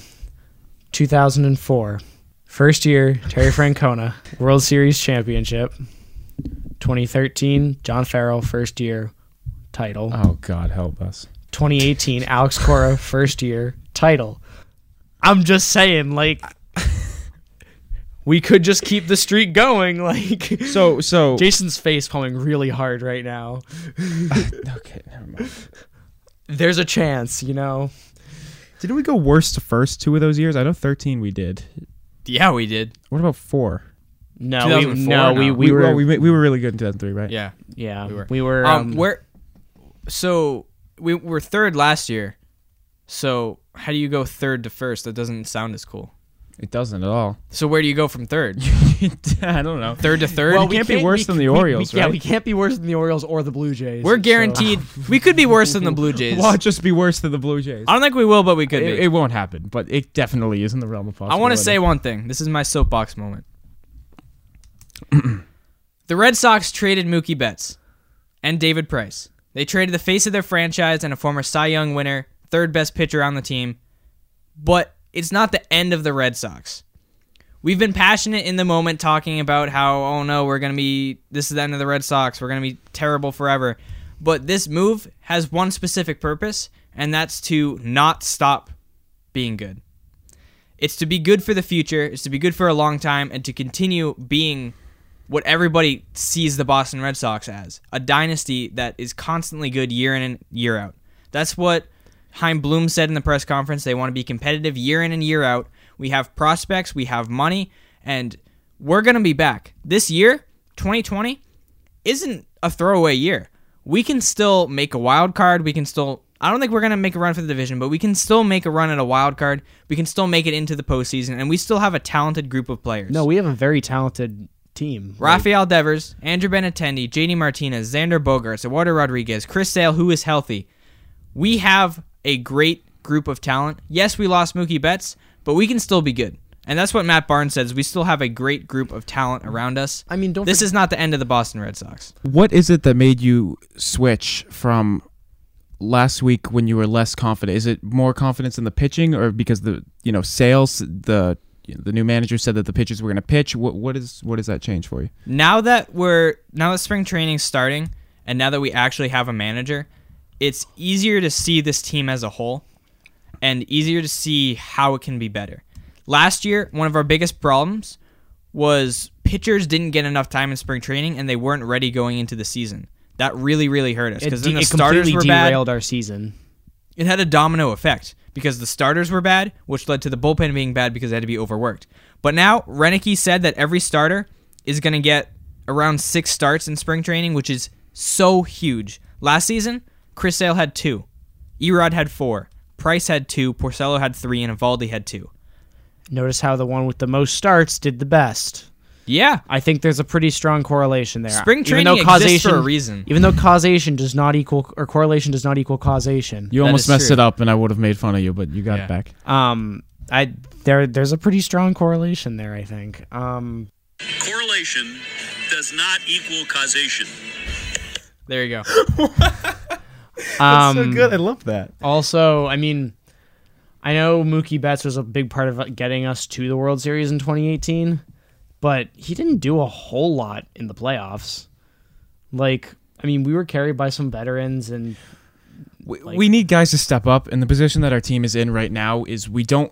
Speaker 2: 2004, first year, Terry Francona, World Series championship. 2013, John Farrell, first year, title.
Speaker 4: Oh God, help us.
Speaker 2: 2018, Alex Cora, first year, title. I'm just saying, like, we could just keep the streak going. Like,
Speaker 4: So so
Speaker 2: Jason's face pulling really hard right now.
Speaker 4: okay, never mind.
Speaker 2: There's a chance, you know?
Speaker 4: Didn't we go worst to first two of those years? I know thirteen we did.
Speaker 1: Yeah, we did.
Speaker 4: What about four?
Speaker 2: No, we,
Speaker 1: 2004,
Speaker 2: no,
Speaker 1: no.
Speaker 2: we, we, were,
Speaker 4: well, we, ma- we were really good in two thousand three, right?
Speaker 1: Yeah.
Speaker 2: yeah,
Speaker 1: we
Speaker 2: we
Speaker 1: were.
Speaker 2: were,
Speaker 1: Um,
Speaker 2: um,
Speaker 1: where? So we were third last year. So how do you go third to first? That doesn't sound as cool.
Speaker 4: It doesn't at all.
Speaker 1: So where do you go from third?
Speaker 4: I don't know.
Speaker 1: Third to third?
Speaker 4: Well, we can't be worse than the
Speaker 2: we- we-
Speaker 4: Orioles,
Speaker 2: Yeah,
Speaker 4: right?
Speaker 2: we can't be worse than the Orioles or the Blue Jays.
Speaker 1: We're
Speaker 2: so-
Speaker 1: guaranteed. we could be worse than the Blue Jays.
Speaker 4: Well, it'd just be worse than the Blue Jays.
Speaker 1: I don't think we will, but we could
Speaker 4: It,
Speaker 1: be.
Speaker 4: it won't happen, but it definitely is in the realm of
Speaker 1: I
Speaker 4: possibility.
Speaker 1: want to say one thing. This is my soapbox moment. the Red Sox traded Mookie Betts and David Price. They traded the face of their franchise and a former Cy Young winner, third best pitcher on the team. But it's not the end of the Red Sox. We've been passionate in the moment talking about how, oh no, we're going to be, this is the end of the Red Sox. We're going to be terrible forever. But this move has one specific purpose, and that's to not stop being good. It's to be good for the future. It's to be good for a long time and to continue being what everybody sees the Boston Red Sox as a dynasty that is constantly good year in and year out. That's what Heim Bloom said in the press conference. They want to be competitive year in and year out. We have prospects, we have money, and we're going to be back. This year, 2020, isn't a throwaway year. We can still make a wild card. We can still. I don't think we're gonna make a run for the division, but we can still make a run at a wild card. We can still make it into the postseason, and we still have a talented group of players.
Speaker 2: No, we have a very talented team.
Speaker 1: Rafael Devers, Andrew Benatendi, JD Martinez, Xander Bogarts, Eduardo Rodriguez, Chris Sale, who is healthy. We have a great group of talent. Yes, we lost Mookie Betts, but we can still be good. And that's what Matt Barnes says. We still have a great group of talent around us.
Speaker 2: I mean, don't
Speaker 1: This is not the end of the Boston Red Sox.
Speaker 4: What is it that made you switch from last week when you were less confident? Is it more confidence in the pitching, or because the you know sales the the new manager said that the pitchers were going to pitch? What what is what does that change for you?
Speaker 1: now that we're now that spring training's starting and now that we actually have a manager it's easier to see this team as a whole and easier to see how it can be better last year one of our biggest problems was pitchers didn't get enough time in spring training and they weren't ready going into the season that really really hurt us
Speaker 2: it,
Speaker 1: because
Speaker 2: de-
Speaker 1: then the
Speaker 2: it
Speaker 1: starters
Speaker 2: completely
Speaker 1: were bad
Speaker 2: derailed our season.
Speaker 1: it had a domino effect because the starters were bad, which led to the bullpen being bad because they had to be overworked. But now Renicky said that every starter is going to get around six starts in spring training, which is so huge. Last season, Chris Sale had two, Erod had four, Price had two, Porcello had three, and Evaldi had two.
Speaker 2: Notice how the one with the most starts did the best.
Speaker 1: Yeah,
Speaker 2: I think there's a pretty strong correlation there.
Speaker 1: Spring
Speaker 2: Even
Speaker 1: training
Speaker 2: though
Speaker 1: exists
Speaker 2: causation,
Speaker 1: for a reason.
Speaker 2: Even though causation does not equal or correlation does not equal causation.
Speaker 4: You
Speaker 1: That
Speaker 4: almost
Speaker 1: is
Speaker 4: messed
Speaker 1: true.
Speaker 4: it up, and I would have made fun of you, but you got
Speaker 1: Yeah.
Speaker 4: it back.
Speaker 2: Um, I there there's a pretty strong correlation there. I think. Um,
Speaker 6: Correlation does not equal causation.
Speaker 1: there you go.
Speaker 2: um,
Speaker 4: I love that.
Speaker 2: Also, I mean, I know Mookie Betts was a big part of getting us to the World Series in 2018, but he didn't do a whole lot in the playoffs. Like, I mean, we were carried by some veterans, and
Speaker 4: We, we need guys to step up, and the position that our team is in right now is we don't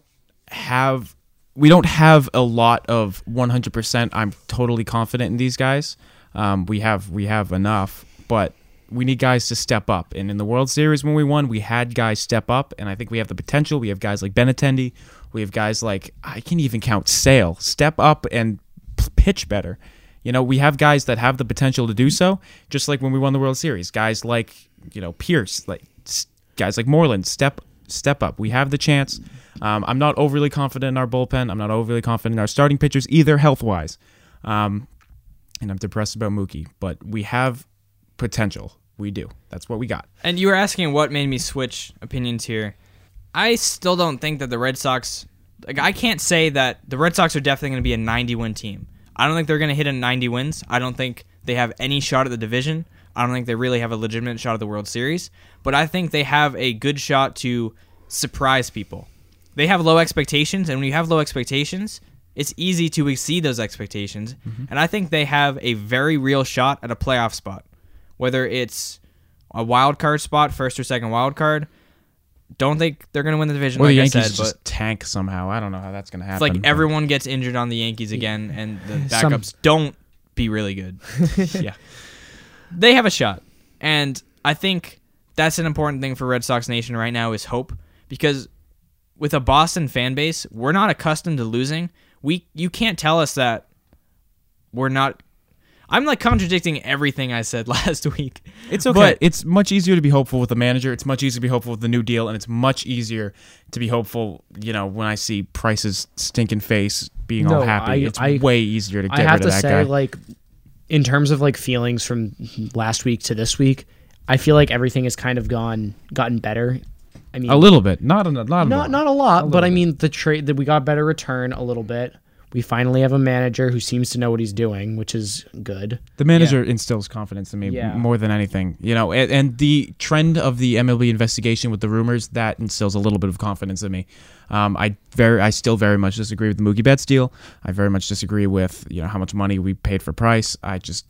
Speaker 4: have we don't have a lot of 100%. I'm totally confident in these guys. Um, we have we have enough, but we need guys to step up. And in the World Series when we won, we had guys step up, and I think we have the potential. We have guys like Benatendi. We have guys like I can even count Sale. Step up and p- pitch better. You know, we have guys that have the potential to do so, just like when we won the World Series. Guys like, you know, Pierce, like s- guys like Moreland, step step up. We have the chance. Um, I'm not overly confident in our bullpen. I'm not overly confident in our starting pitchers either, health wise. Um, and I'm depressed about Mookie, but we have potential. We do. That's what we got.
Speaker 1: And you were asking what made me switch opinions here. I still don't think that the Red Sox. Like, I can't say that the Red Sox are definitely going to be a 90 win team. I don't think they're going to hit a 90 wins. I don't think they have any shot at the division. I don't think they really have a legitimate shot at the World Series, but I think they have a good shot to surprise people. They have low expectations, and when you have low expectations, it's easy to exceed those expectations. And I think they have a very real shot at a playoff spot, whether it's a wild card spot, first or second wild card. Don't think they're going to win the division,
Speaker 4: Or
Speaker 1: like
Speaker 4: the
Speaker 1: I
Speaker 4: Yankees
Speaker 1: said, but
Speaker 4: just tank somehow. I don't know how that's gonna
Speaker 1: it's
Speaker 4: happen.
Speaker 1: like everyone gets injured on the Yankees again, and the
Speaker 2: Some-
Speaker 1: backups don't be really good.
Speaker 4: yeah.
Speaker 1: They have a shot, and I think that's an important thing for Red Sox Nation right now is hope because with a Boston fan base, we're not accustomed to losing. We you can't tell us that we're not. I'm like contradicting everything I said last week.
Speaker 4: It's okay.
Speaker 1: But-
Speaker 4: it's much easier to be hopeful with the manager. It's much easier to be hopeful with the new deal, and it's much easier to be hopeful. You know, when I see Price's stinking face being all
Speaker 2: No,
Speaker 4: happy,
Speaker 2: I-
Speaker 4: it's
Speaker 2: I-
Speaker 4: way easier to get
Speaker 2: I have
Speaker 4: rid
Speaker 2: to
Speaker 4: of that
Speaker 2: say,
Speaker 4: guy.
Speaker 2: like, in terms of like feelings from last week to this week, I feel like everything has kind of gone gotten better. I mean,
Speaker 4: a little bit, not a, not a lot.
Speaker 2: not not a lot, but I mean the trade that we got better return a little bit. We finally have a manager who seems to know what he's doing, which is good.
Speaker 4: The manager instills confidence in me
Speaker 2: Yeah.
Speaker 4: m- more than anything, you know. And, and the trend of the MLB investigation with the rumors that instills a little bit of confidence in me. Um, I very, I still very much disagree with the Mookie Betts deal. I very much disagree with you know how much money we paid for Price. I just,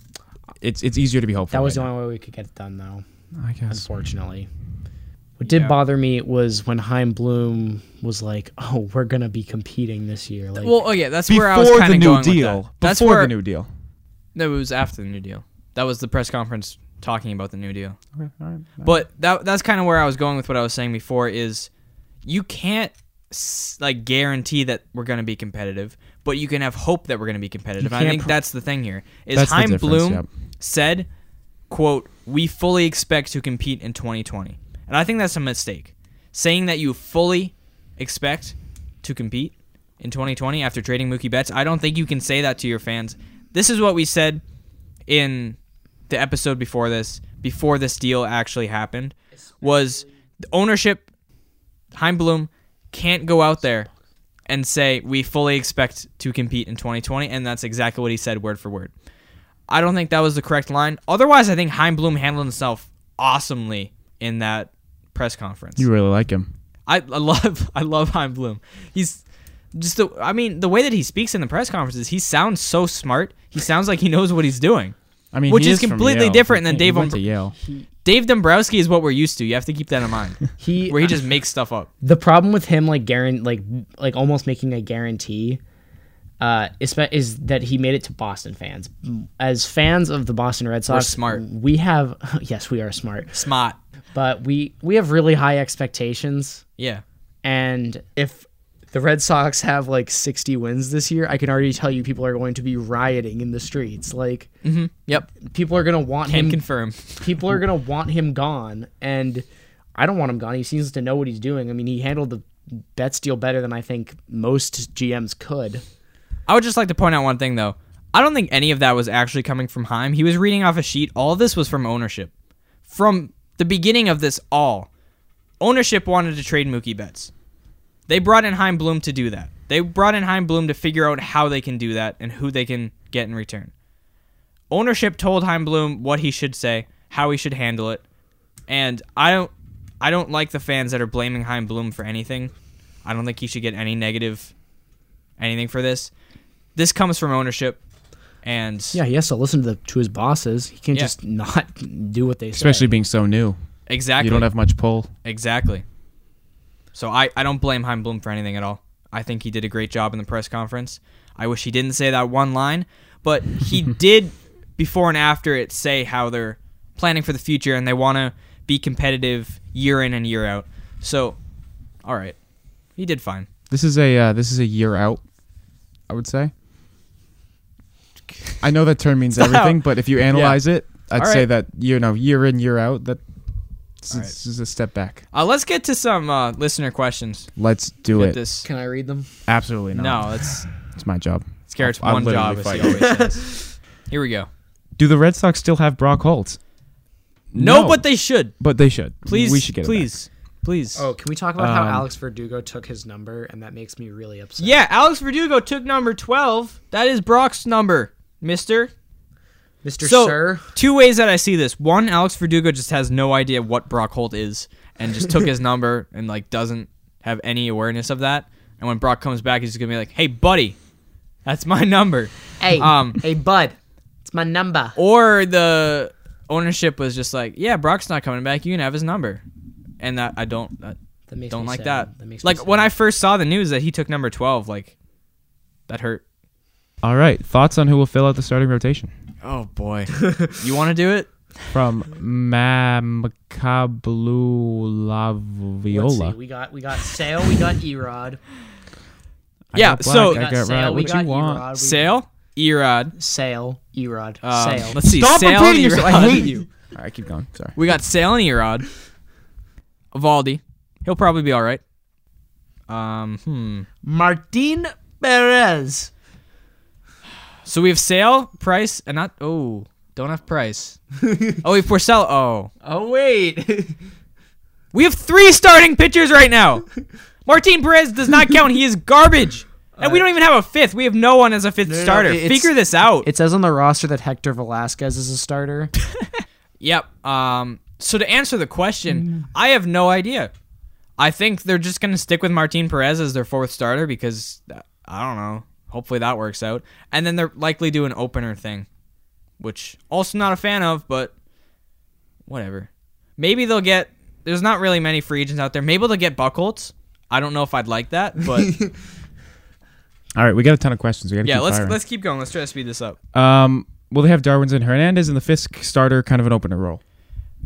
Speaker 4: it's it's easier to be hopeful.
Speaker 2: That was
Speaker 4: right
Speaker 2: the only way we could get it done, though.
Speaker 4: now, I guess.
Speaker 2: Unfortunately, what did bother me was when Heim Bloom was like, "Oh, we're gonna be competing this year." Like,
Speaker 1: Well, oh yeah, that's where I was
Speaker 4: Before
Speaker 1: kind
Speaker 4: the
Speaker 1: of
Speaker 4: New
Speaker 1: going with
Speaker 4: Deal,
Speaker 1: that. That's
Speaker 4: before
Speaker 1: where
Speaker 4: the New Deal.
Speaker 1: No, it was after the New Deal. That was the press conference talking about the New Deal. But that that's kind of where I was going with what I was saying before is you can't s- like guarantee that we're going to be competitive, but you can have hope that we're going to be competitive. And I
Speaker 2: can't
Speaker 1: think
Speaker 2: pr-
Speaker 1: that's the thing here. Is
Speaker 4: That's the
Speaker 1: Heim
Speaker 4: difference,
Speaker 1: Bloom
Speaker 4: yep.
Speaker 1: said, "quote We fully expect to compete in 2020," and I think that's a mistake. Saying that you fully expect to compete in 2020 after trading Mookie Betts, I don't think you can say that to your fans. This is what we said in the episode before this, before this deal actually happened, was the ownership Heimblum can't go out there and say we fully expect to compete in 2020, and that's exactly what he said word for word. I don't think that was the correct line. Otherwise, I think Heimblum handled himself awesomely in that press conference.
Speaker 4: You really like him.
Speaker 1: I, I love I love Heim Bloom. He's just the I mean the way that he speaks in the press conferences, he sounds so smart. He sounds like he knows what he's doing.
Speaker 4: I mean,
Speaker 1: Which
Speaker 4: he
Speaker 1: is
Speaker 4: from
Speaker 1: completely
Speaker 4: Yale.
Speaker 1: different
Speaker 4: He
Speaker 1: than
Speaker 4: came- he
Speaker 1: Dave
Speaker 4: went
Speaker 1: Umbr-
Speaker 4: to Yale.
Speaker 1: Dave Dombrowski is what we're used to. You have to keep that in mind.
Speaker 2: he uh,
Speaker 1: Where he just makes stuff up.
Speaker 2: the problem with him like guaran like like almost making a guarantee uh is, is that he made it to Boston fans. As fans of the Boston Red Sox,
Speaker 1: smart.
Speaker 2: We have yes, we are smart,
Speaker 1: Smart.
Speaker 2: but we we have really high expectations
Speaker 1: Yeah.
Speaker 2: and if the Red Sox have like 60 wins this year, I can already tell you people are going to be rioting in the streets. Like
Speaker 1: Yep.
Speaker 2: people are going to want
Speaker 1: Can
Speaker 2: him
Speaker 1: confirm.
Speaker 2: people are gonna want him gone, and I don't want him gone. He seems to know what he's doing. I mean, he handled the Betts deal better than I think most GMs could.
Speaker 1: I would just like to point out one thing though. I don't think any of that was actually coming from Heim. He was reading off a sheet. All this was from ownership. From the beginning of this all, ownership wanted to trade Mookie Betts. They brought in Heim Bloom to do that. They brought in Heim Bloom to figure out how they can do that and who they can get in return. Ownership told Heim Bloom what he should say, how he should handle it, and I don't, I don't like the fans that are blaming Heim Bloom for anything. I don't think he should get any negative, anything for this. This comes from ownership, and
Speaker 2: Yeah, he has to listen to the, to his bosses. He can't
Speaker 1: Yeah.
Speaker 2: just not do what they say.
Speaker 4: especially being so new.
Speaker 1: exactly
Speaker 4: You don't have much pull.
Speaker 1: Exactly. So I, I don't blame Heim Bloom for anything at all. I think he did a great job in the press conference. I wish he didn't say that one line, but he did before and after it say how they're planning for the future and they want to be competitive year in and year out. So, all right, he did fine.
Speaker 4: This is a uh, this is a year out, I would say. I know that term means everything, but if you analyze it, I'd
Speaker 1: All
Speaker 4: say
Speaker 1: right.
Speaker 4: that you know year in year out that this
Speaker 1: All right.
Speaker 4: is a step back.
Speaker 1: Uh, let's get to some uh, listener questions.
Speaker 4: Let's do
Speaker 1: Get
Speaker 4: it.
Speaker 1: This.
Speaker 2: Can I read them?
Speaker 4: Absolutely not.
Speaker 1: No, that's
Speaker 4: it's my job.
Speaker 1: it's Garrett's
Speaker 4: I'll- I'll
Speaker 1: one
Speaker 4: literally
Speaker 1: job. As he
Speaker 4: fight
Speaker 1: always says. Here we go.
Speaker 4: Do the Red Sox still have Brock Holt?
Speaker 1: No, but they should.
Speaker 4: but they should.
Speaker 1: Please,
Speaker 4: we should get it back.
Speaker 1: please, please.
Speaker 2: Oh, can we talk about how
Speaker 4: Um,
Speaker 2: Alex Verdugo took his number, and that makes me really upset.
Speaker 1: Yeah, Alex Verdugo took number 12. That is Brock's number, mister.
Speaker 2: Mr.
Speaker 1: So,
Speaker 2: Sir.
Speaker 1: two ways that I see this. One, Alex Verdugo just has no idea what Brock Holt is and just took his number and like doesn't have any awareness of that. And when Brock comes back, he's just gonna be like, "Hey, buddy, that's my number."
Speaker 2: Hey,
Speaker 1: Um, Oh,
Speaker 2: hey, bud. It's my number.
Speaker 1: Or the ownership was just like, "Yeah, Brock's not coming back. You can have his number." And that I don't that
Speaker 2: That makes
Speaker 1: don't
Speaker 2: me
Speaker 1: like
Speaker 2: sad.
Speaker 1: that.
Speaker 2: That makes me
Speaker 1: like
Speaker 2: sad.
Speaker 1: when I first saw the news that he took number twelve, like that hurt.
Speaker 4: All right, thoughts on who will fill out the starting rotation?
Speaker 1: Oh boy, you want to do it?
Speaker 4: From
Speaker 2: Let's see,
Speaker 4: Mamkabulaviola.
Speaker 2: we got we got Sale, we got Erod,
Speaker 1: yeah.
Speaker 4: got
Speaker 1: So
Speaker 2: we
Speaker 4: Black,
Speaker 2: got
Speaker 4: I got
Speaker 2: Sale,
Speaker 4: Rod.
Speaker 2: we
Speaker 4: What
Speaker 2: got
Speaker 4: you want?
Speaker 2: Erod, we,
Speaker 1: Sale, Erod,
Speaker 2: Sale, Erod,
Speaker 1: Um,
Speaker 2: Sale.
Speaker 1: Let's see. Sale and Erod.
Speaker 4: All right, keep going. Sorry.
Speaker 1: We got Sale and Erod. Valdi. He'll probably be all right. Um, hmm.
Speaker 2: Martin Perez.
Speaker 1: So we have Sale, Price, and not. Oh, don't have Price. oh, we have Porcello. Oh,
Speaker 2: Oh wait,
Speaker 1: we have three starting pitchers right now. Martin Perez does not count. He is garbage. And we don't even have a fifth. We have no one as a fifth
Speaker 2: Uh, no,
Speaker 1: starter.
Speaker 2: it's-
Speaker 1: Figure this out.
Speaker 2: it says on the roster that Hector Velasquez is a starter.
Speaker 1: Yep. Um, so to answer the question, I have no idea. I think they're just going to stick with Martin Perez as their fourth starter because uh, I don't know. Hopefully that works out. And then they're likely do an opener thing, which also not a fan of, but whatever. Maybe they'll get. There's not really many free agents out there. Maybe they'll get Buckholz. I don't know if I'd like that, but
Speaker 4: All right, we got a ton of questions. We got to
Speaker 1: yeah.
Speaker 4: keep
Speaker 1: Let's
Speaker 4: firing.
Speaker 1: let's keep going. Let's try to speed this up.
Speaker 4: Um, will they have Darwin's and Hernandez and the Fisk starter kind of an opener role?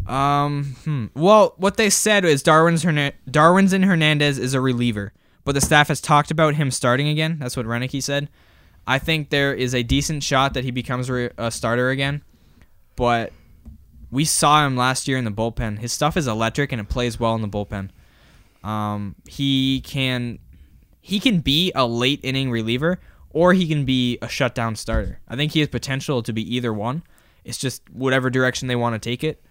Speaker 1: Um. Hmm. Well, what they said is Darwin's Herna- Darwin's and Hernandez is a reliever, but the staff has talked about him starting again. That's what Renicky said. I think there is a decent shot that he becomes re- a starter again, but we saw him last year in the bullpen. His stuff is electric and it plays well in the bullpen. Um, he can he can be a late inning reliever or he can be a shutdown starter. I think he has potential to be either one. It's just whatever direction they want to take it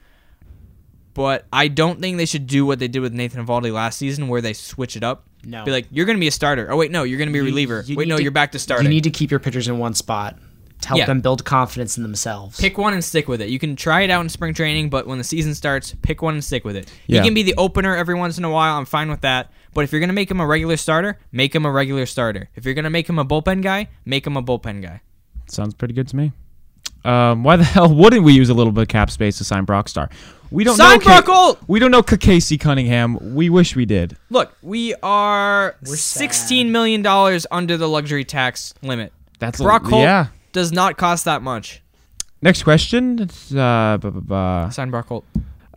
Speaker 1: but I don't think they should do what they did with Nathan Evaldi last season, where they switch it up.
Speaker 2: No.
Speaker 1: Be like, you're going to be a starter. Oh wait, no, you're going to be a reliever.
Speaker 2: You
Speaker 1: wait,
Speaker 2: need
Speaker 1: no,
Speaker 2: to-
Speaker 1: you're back to starting.
Speaker 2: You need to keep your pitchers in one spot to help
Speaker 1: Yeah.
Speaker 2: them build confidence in themselves.
Speaker 1: pick one and stick with it. You can try it out in spring training, but when the season starts, pick one and stick with it.
Speaker 4: Yeah.
Speaker 1: He can be the opener every once in a while. I'm fine with that. But if you're going to make him a regular starter, make him a regular starter. If you're going to make him a bullpen guy, make him a bullpen guy.
Speaker 4: Sounds pretty good to me. Um, why the hell wouldn't we use a little bit of cap space to sign Brockstar? We don't
Speaker 1: Sign
Speaker 4: know. Ca-
Speaker 1: Brock Holt!
Speaker 4: We don't know Ca- Casey Cunningham. We wish we did.
Speaker 1: Look, we are sixteen million dollars under the luxury tax limit.
Speaker 4: That's a-
Speaker 1: Brock Holt
Speaker 4: yeah.
Speaker 1: does not cost that much.
Speaker 4: Next question. It's, Uh, bu- bu- bu.
Speaker 1: Sign Brock Holt.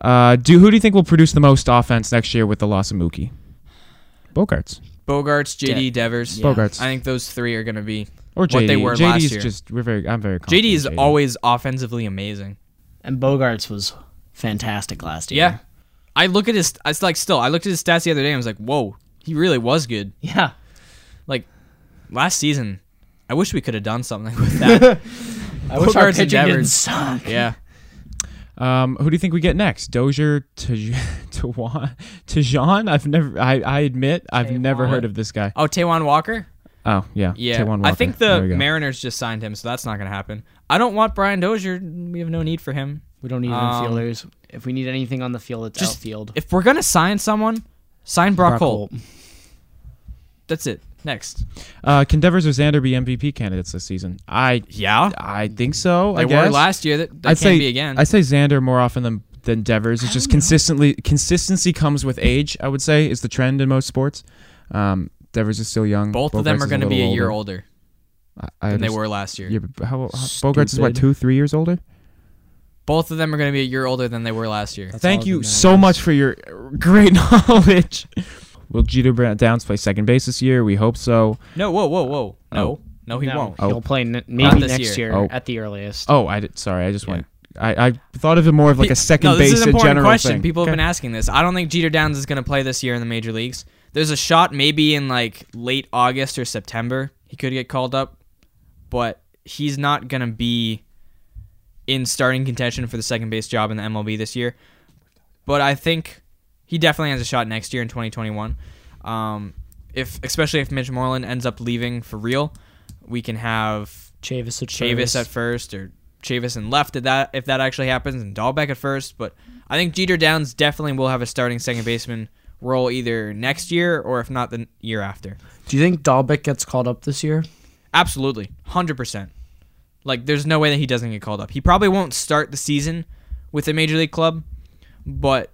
Speaker 4: Uh, do who do you think will produce the most offense next year with the loss of Mookie? Bogarts
Speaker 1: Bogarts, JD, Devers.
Speaker 4: Bogarts.
Speaker 1: I think those three are going to be
Speaker 4: or JD.
Speaker 1: what they were
Speaker 4: JD's
Speaker 1: last year.
Speaker 4: just we're very. I'm very.
Speaker 1: JD is
Speaker 4: confident in
Speaker 1: always offensively amazing.
Speaker 2: And Bogarts was fantastic last
Speaker 1: Yeah.
Speaker 2: year.
Speaker 1: I look at his. It's like still. I looked at his stats the other day. and I was like, whoa, he really was good.
Speaker 2: Yeah. Yeah.
Speaker 1: Like last season, I wish we could have done something with that.
Speaker 2: I wish our
Speaker 1: Bogarts and
Speaker 2: pitching didn't
Speaker 1: Devers.
Speaker 2: suck.
Speaker 1: yeah.
Speaker 4: Um, who do you think we get next? Dozier, Taj- Tawan, Tajon. I've never. I, I admit, I've never
Speaker 2: Taewon.
Speaker 4: heard of this guy.
Speaker 1: Oh, Taewon Walker.
Speaker 4: Oh yeah,
Speaker 1: Yeah.
Speaker 4: Taewon
Speaker 1: I
Speaker 4: Walker.
Speaker 1: think
Speaker 4: There
Speaker 1: the
Speaker 4: we go.
Speaker 1: Mariners just signed him, so that's not going to happen. I don't want Brian Dozier. We have no need for him.
Speaker 2: We don't need
Speaker 1: Um,
Speaker 2: infielders. If we need anything on the field, it's
Speaker 1: Just-
Speaker 2: outfield.
Speaker 1: If we're going to sign someone, sign Brock,
Speaker 2: Brock
Speaker 1: Holt.
Speaker 2: Holt.
Speaker 1: That's it. Next.
Speaker 4: uh, can Devers or Xander be MVP candidates this season? I
Speaker 1: Yeah.
Speaker 4: I think so.
Speaker 1: They
Speaker 4: I
Speaker 1: were
Speaker 4: guess.
Speaker 1: last year. That, that can
Speaker 4: I'd say
Speaker 1: be again.
Speaker 4: I say Xander more often than than Devers. It's just consistently consistency comes with age. I would say is the trend in most sports. Um, Devers is still young.
Speaker 1: Both of them
Speaker 4: Bogarts
Speaker 1: are
Speaker 4: is
Speaker 1: going to be a
Speaker 4: little
Speaker 1: year
Speaker 4: older.
Speaker 1: older
Speaker 4: I, I
Speaker 1: than they
Speaker 4: understand.
Speaker 1: were last year.
Speaker 4: Yeah, but how, how, Bogarts is
Speaker 2: Stupid.
Speaker 4: what two, three years older.
Speaker 1: Both of them are going to be a year older than they were last year.
Speaker 4: Thank
Speaker 2: all that
Speaker 4: you
Speaker 2: matters.
Speaker 4: so much for your great knowledge. Will Jeter Brand- Downs play second base this year? We hope so.
Speaker 1: No, whoa, whoa, whoa. No. No, he
Speaker 2: No,
Speaker 1: won't.
Speaker 2: He'll
Speaker 4: Oh.
Speaker 2: play n-
Speaker 1: Not
Speaker 2: maybe
Speaker 1: this
Speaker 2: next
Speaker 1: year.
Speaker 2: year,
Speaker 4: Oh.
Speaker 2: at the earliest.
Speaker 4: Oh, I did, sorry, I just went. I, I thought of it more of like
Speaker 1: Pe-
Speaker 4: a second
Speaker 1: no, this
Speaker 4: base
Speaker 1: is an
Speaker 4: a
Speaker 1: important
Speaker 4: general
Speaker 1: question.
Speaker 4: thing.
Speaker 1: People have
Speaker 4: Okay.
Speaker 1: been asking this. I don't think Jeter Downs is going to play this year in the major leagues. There's a shot maybe in like late August or September he could get called up, but he's not going to be in starting contention for the second base job in the MLB this year. But I think he definitely has a shot next year in 2021. Um, if especially if Mitch Moreland ends up leaving for real, we can have
Speaker 2: Chavis at
Speaker 1: Chavis
Speaker 2: first.
Speaker 1: at first or Chavis and left at that if that actually happens, and Dahlbeck at first. But I think Jeter Downs definitely will have a starting second baseman role either next year or if not the n- year after.
Speaker 2: Do you think Dahlbeck gets called up this year?
Speaker 1: Absolutely, hundred percent. Like, there's no way that he doesn't get called up. He probably won't start the season with a major league club, but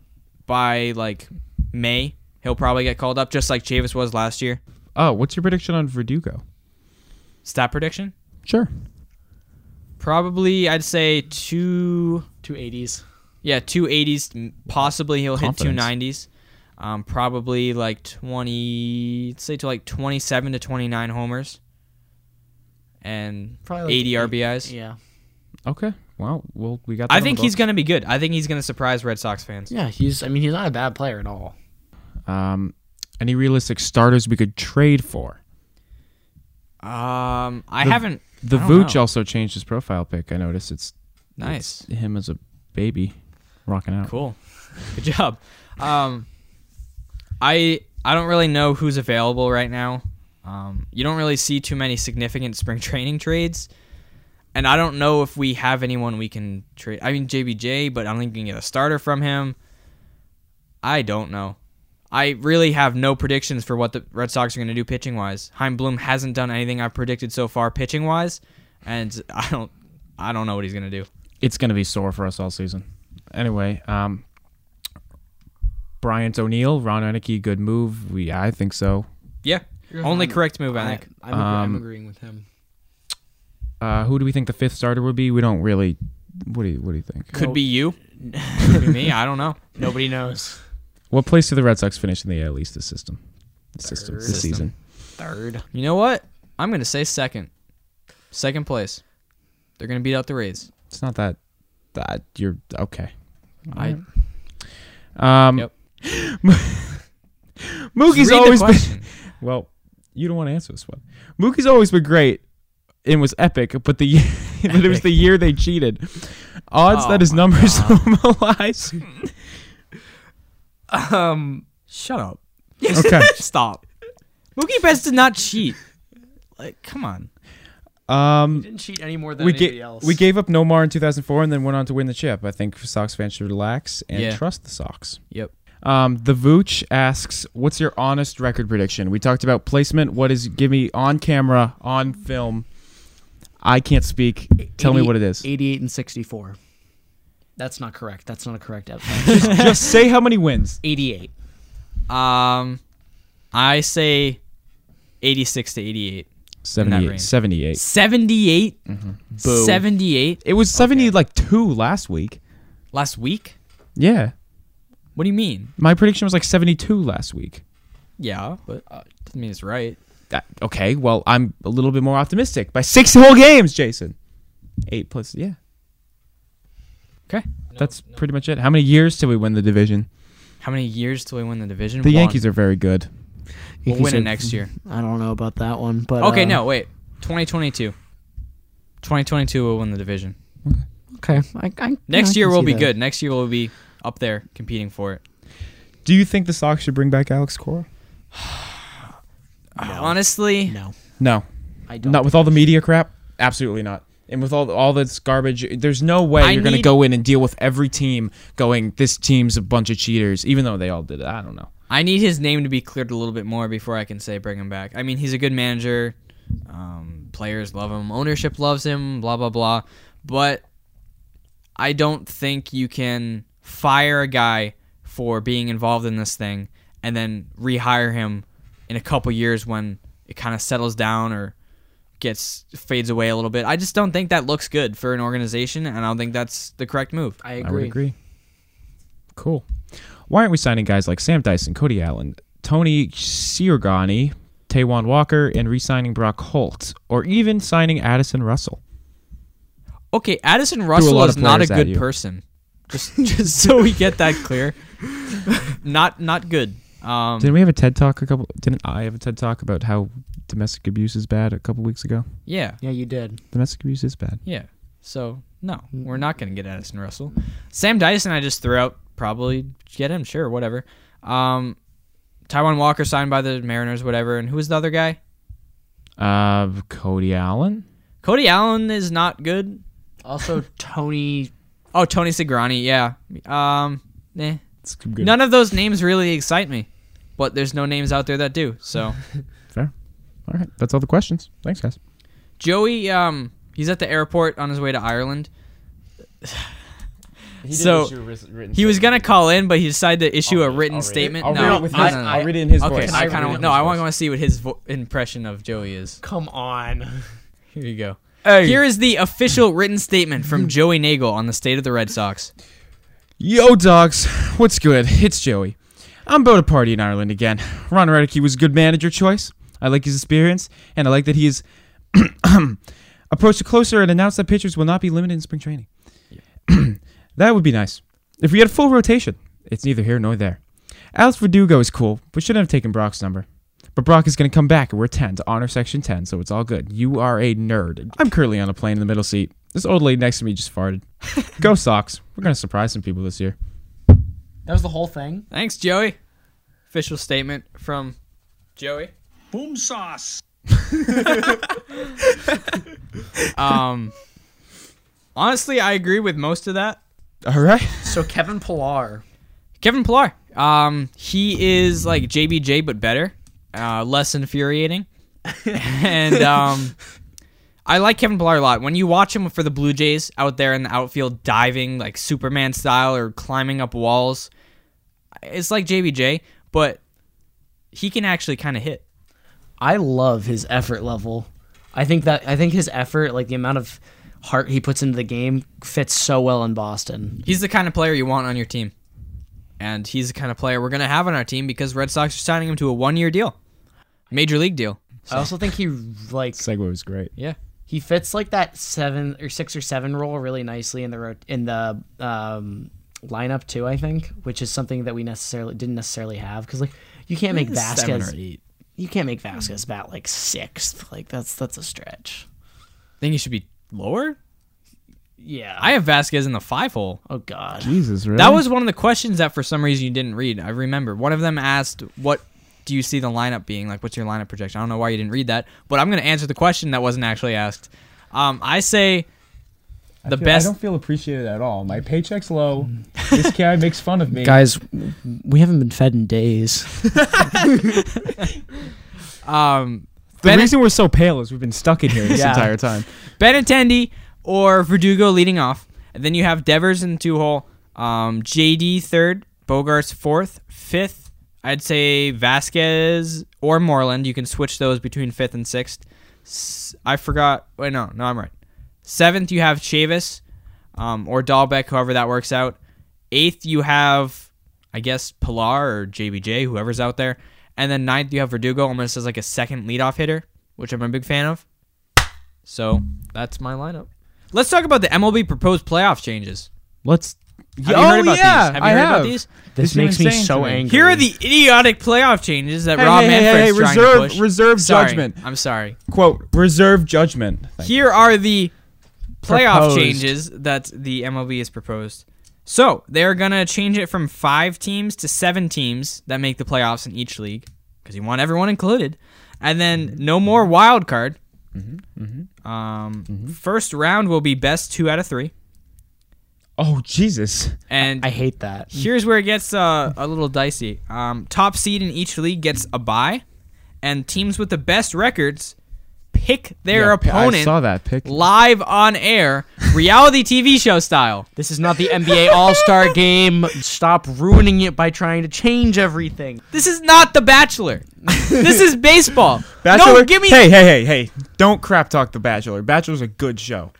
Speaker 1: by like May, he'll probably get called up, just like Chavis was last year.
Speaker 4: Oh, what's your prediction on Verdugo?
Speaker 1: Stat prediction?
Speaker 4: Sure.
Speaker 1: Probably, I'd say two.
Speaker 2: Two eighties.
Speaker 1: Yeah, two eighties. Possibly he'll hit two
Speaker 4: Confidence.
Speaker 1: nineties. Um, probably like twenty. Let's say to like twenty-seven to twenty-nine homers, and
Speaker 2: Probably like
Speaker 1: eighty
Speaker 2: eight-
Speaker 1: RBIs.
Speaker 2: Yeah.
Speaker 4: Okay. Well, well, we got. That
Speaker 1: I
Speaker 4: on
Speaker 1: think
Speaker 4: the
Speaker 1: he's gonna be good. I think he's gonna surprise Red Sox fans.
Speaker 2: Yeah, he's I mean he's not a bad player at all.
Speaker 4: books. Um, any realistic starters we could trade for?
Speaker 1: Um, I
Speaker 4: The-
Speaker 1: haven't.
Speaker 4: The
Speaker 1: I don't
Speaker 4: Vooch
Speaker 1: know.
Speaker 4: also changed his profile pic. I noticed it's
Speaker 1: Nice,
Speaker 4: it's him as a baby, rocking out.
Speaker 1: cool, good job. Um, I I don't really know who's available right now. Um, you don't really see too many significant spring training trades, and I don't know if we have anyone we can trade. I mean JBJ, but I don't think you can get a starter from him. I don't know. I really have no predictions for what the Red Sox are going to do pitching wise. Heim Bloom hasn't done anything I've predicted so far pitching wise, and I don't I don't know what he's going to do.
Speaker 4: It's gonna be sore for us all season. Anyway, um, Bryant O'Neill, Ron Eneke, good move. We, I think so.
Speaker 1: Yeah, only correct move I think.
Speaker 2: I'm, agree- I'm
Speaker 4: Um,
Speaker 2: agreeing with him.
Speaker 4: Uh, who do we think the fifth starter would be? We don't really. What do you What do you think?
Speaker 1: Could be you. Could be me. I don't know.
Speaker 2: Nobody knows.
Speaker 4: What place do the Red Sox finish in the AL East this system? This system. This
Speaker 2: System.
Speaker 4: season.
Speaker 2: Third.
Speaker 1: You know what? I'm going to say second. Second place. They're going to beat out the Rays.
Speaker 4: It's not that. That you're okay.
Speaker 1: I
Speaker 4: Um,
Speaker 1: Yep.
Speaker 4: Mookie's
Speaker 1: Read the
Speaker 4: always been
Speaker 1: question.
Speaker 4: well. You don't want to answer this one. Mookie's always been great and was epic, but the year, it was the year they cheated. Odds
Speaker 1: Oh
Speaker 4: that his
Speaker 1: my
Speaker 4: numbers normalize.
Speaker 2: Um
Speaker 1: Shut up.
Speaker 4: Okay.
Speaker 1: Stop. Mookie Betts did not cheat. Like, come on.
Speaker 4: Um,
Speaker 2: didn't cheat any more than
Speaker 4: we
Speaker 2: anybody
Speaker 4: ga-
Speaker 2: else.
Speaker 4: we gave up Nomar in 2004 and then went on to win the chip. I think Sox fans should relax and
Speaker 1: Yeah.
Speaker 4: trust the Sox.
Speaker 1: Yep.
Speaker 4: Um, the Vooch asks, "What's your honest record prediction?" We talked about placement. What is? Give me on camera, on film. I can't speak. Tell me
Speaker 2: 80
Speaker 4: what it is.
Speaker 2: Eighty-eight and sixty-four. That's not correct. That's not a correct outcome.
Speaker 4: Just say how many wins.
Speaker 2: Eighty-eight.
Speaker 1: Um I say 86 to 88. range.
Speaker 4: 78. 78.
Speaker 1: 78?
Speaker 4: Mm-hmm.
Speaker 1: 78
Speaker 4: It was 70 like two last week.
Speaker 1: last week?
Speaker 4: Yeah,
Speaker 1: What do you mean?
Speaker 4: my prediction was like 72 last week.
Speaker 1: Yeah, but uh, doesn't mean it's right.
Speaker 4: That, okay, well I'm a little bit more optimistic by six whole games, Jason. Eight plus, yeah. Okay, that's pretty much it. How many years till we win the division?
Speaker 1: How many years till we win the division?
Speaker 4: The Yankees are very good.
Speaker 1: We'll win it next year.
Speaker 2: I don't know about that one, but
Speaker 1: Okay,
Speaker 2: uh,
Speaker 1: no, wait. 2022. 2022 will win the division.
Speaker 2: Okay, I, I,
Speaker 1: Next
Speaker 2: I
Speaker 1: year
Speaker 2: can
Speaker 1: will
Speaker 2: see
Speaker 1: be
Speaker 2: that.
Speaker 1: good. Next year we'll be up there competing for it.
Speaker 4: Do you think the Sox should bring back Alex Cora?
Speaker 1: Honestly,
Speaker 2: No,
Speaker 4: No,
Speaker 2: I don't.
Speaker 4: not with all the media crap. Absolutely not. And with all all this garbage, there's no way
Speaker 1: I
Speaker 4: you're going to
Speaker 1: need-
Speaker 4: go in and deal with every team going. This team's a bunch of cheaters, even though they all did it. I don't know.
Speaker 1: I need his name to be cleared a little bit more before I can say bring him back. I mean, he's a good manager. Um, players love him. Ownership loves him. Blah blah blah. But I don't think you can fire a guy for being involved in this thing and then rehire him in a couple years when it kind of settles down or gets fades away a little bit. I just don't think that looks good for an organization, and I don't think that's the correct move.
Speaker 2: I
Speaker 4: I would
Speaker 2: agree.
Speaker 4: agree. Cool. Why aren't we signing guys like Sam Dyson, Cody Allen, Tony Sirianni, Taywan Walker, and re-signing Brock Holt, or even signing Addison Russell?
Speaker 1: Okay, Addison
Speaker 4: a
Speaker 1: Russell
Speaker 4: lot
Speaker 1: is
Speaker 4: of
Speaker 1: not a
Speaker 4: players at
Speaker 1: good
Speaker 4: you.
Speaker 1: person. Just just so we get that clear. not not good. Um,
Speaker 4: Didn't we have a TED talk a couple? Didn't I have a TED talk about how domestic abuse is bad a couple weeks ago?
Speaker 1: yeah,
Speaker 2: Yeah, you did.
Speaker 4: Domestic abuse is bad.
Speaker 1: yeah. So no,
Speaker 4: Mm.
Speaker 1: we're not gonna get Addison Russell. Sam Dyson, I just threw out. Probably get him, sure, whatever. Um, Taiwan Walker signed by the Mariners, whatever. And who was the other guy?
Speaker 4: Uh, Cody Allen.
Speaker 1: Cody Allen is not good.
Speaker 2: Also, Tony.
Speaker 1: Oh, Tony Sigrani. Yeah. Um. Eh.
Speaker 4: It's good.
Speaker 1: None of those names really excite me, but there's no names out there that do. So
Speaker 4: Fair. All right. That's all the questions. Thanks, guys.
Speaker 1: Joey, um, he's at the airport on his way to Ireland.
Speaker 7: He
Speaker 1: So, issue He was gonna call in, but he decided to issue a written statement.
Speaker 7: I'll
Speaker 1: no,
Speaker 7: read it with
Speaker 1: no,
Speaker 7: his-
Speaker 1: no, no.
Speaker 7: I'll read it in his
Speaker 1: okay,
Speaker 7: voice.
Speaker 1: I
Speaker 2: I'll
Speaker 1: kind
Speaker 2: read it
Speaker 1: of
Speaker 2: in
Speaker 1: no.
Speaker 2: his
Speaker 1: I want to see what his vo- impression of Joey is.
Speaker 2: Come on.
Speaker 1: Here you go.
Speaker 4: Hey.
Speaker 1: Here is the official written statement from Joey Nagel on the state of the Red Sox.
Speaker 4: Yo, dogs. What's good? It's Joey. I'm about to party in Ireland again. Ron Redicky was a good manager choice. I like his experience, and I like that he has approached it closer and announced that pitchers will not be limited in spring training. that would be nice. If we had a full rotation, it's neither here nor there. Alex Verdugo is cool, but shouldn't have taken Brock's number. But Brock is going to come back, and we're 10 to honor Section 10, so it's all good. You are a nerd. I'm currently on a plane in the middle seat. This old lady next to me just farted. Go Sox. We're going to surprise some people this year.
Speaker 2: That was the whole thing.
Speaker 1: Thanks, Joey. Official statement from Joey.
Speaker 6: Boom sauce.
Speaker 1: Um, honestly, I agree with most of that.
Speaker 4: All right.
Speaker 2: So Kevin Pillar.
Speaker 1: Kevin Pillar. Um, he is like JBJ but better, uh, less infuriating, and um, I like Kevin Pillar a lot. When you watch him for the Blue Jays out there in the outfield diving like Superman style or climbing up walls, it's like JBJ, but he can actually kind of hit.
Speaker 2: I love his effort level. I think that I think his effort, like the amount of heart he puts into the game, fits so well in Boston.
Speaker 1: He's the kind of player you want on your team. And he's the kind of player we're going to have on our team because Red Sox are signing him to a one year deal, major league deal.
Speaker 2: I also think he like
Speaker 4: Segway was great.
Speaker 1: Yeah.
Speaker 2: he fits like that seven or six or seven role really nicely in the ro- in the um, lineup too. I think, which is something that we necessarily didn't necessarily have because like you can't make
Speaker 1: Seven or
Speaker 2: Vasquez
Speaker 1: eight.
Speaker 2: you can't make Vasquez bat like sixth. Like that's that's a stretch.
Speaker 1: think he should be lower.
Speaker 2: Yeah.
Speaker 1: I have Vasquez in the five hole.
Speaker 2: oh God.
Speaker 4: Jesus, really?
Speaker 1: That was one of the questions that for some reason you didn't read. I remember one of them asked, "What do you see the lineup being like? What's your lineup projection?" I don't know why you didn't read that, but I'm going to answer the question that wasn't actually asked. Um, I say the best.
Speaker 7: I don't feel appreciated at all. My paycheck's low. this guy makes fun of me.
Speaker 2: Guys, we haven't been fed in days.
Speaker 1: Um,
Speaker 4: the
Speaker 1: Bennett-
Speaker 4: reason we're so pale is we've been stuck in here this
Speaker 2: Yeah.
Speaker 4: entire time.
Speaker 1: Benintendi or Verdugo leading off. And then you have Devers in two hole, um, JD third, Bogarts fourth, fifth. I'd say Vasquez or Moreland. You can switch those between fifth and sixth. S- I forgot. Wait, no, no, I'm right. Seventh, you have Chavis um, or Dahlbeck, however that works out. Eighth, you have, I guess, Pilar or JBJ, whoever's out there. And then ninth, you have Verdugo, almost as like a second leadoff hitter, which I'm a big fan of. So that's my lineup. Let's talk about the MLB proposed playoff changes.
Speaker 4: Let's.
Speaker 1: Have
Speaker 4: Oh,
Speaker 1: you heard about these? Have you heard about these?
Speaker 2: This
Speaker 4: is
Speaker 2: makes me
Speaker 4: insane
Speaker 2: so
Speaker 4: to me.
Speaker 2: angry.
Speaker 1: Here are the idiotic playoff changes that
Speaker 4: Hey,
Speaker 1: Rob
Speaker 4: hey, hey,
Speaker 1: Manfred's
Speaker 4: hey,
Speaker 1: trying
Speaker 4: reserve-
Speaker 1: to push.
Speaker 4: reserve
Speaker 1: Sorry,
Speaker 4: judgment.
Speaker 1: I'm sorry.
Speaker 4: Quote, reserve judgment.
Speaker 1: Here are the playoff
Speaker 4: Proposed.
Speaker 1: changes that the MLB has proposed. So they're gonna change it from five teams to seven teams that make the playoffs in each league, because you want everyone included. And then
Speaker 4: Mm-hmm.
Speaker 1: no more wild card. Um,
Speaker 4: Mm-hmm.
Speaker 1: First round will be best two out of three.
Speaker 4: Oh, Jesus.
Speaker 1: And
Speaker 2: I hate that.
Speaker 1: Here's where it gets uh, a little dicey. Um, top seed in each league gets a bye, and teams with the best records pick their
Speaker 4: Yeah,
Speaker 1: opponent
Speaker 4: I saw that pick.
Speaker 1: live on air, reality TV show style.
Speaker 2: This is not the NBA All Star game. Stop ruining it by trying to change everything.
Speaker 1: This is not The Bachelor. this is baseball.
Speaker 4: Bachelor.
Speaker 1: No, give me.
Speaker 4: Hey, hey, hey, hey. Don't crap talk The Bachelor. Bachelor's a good show.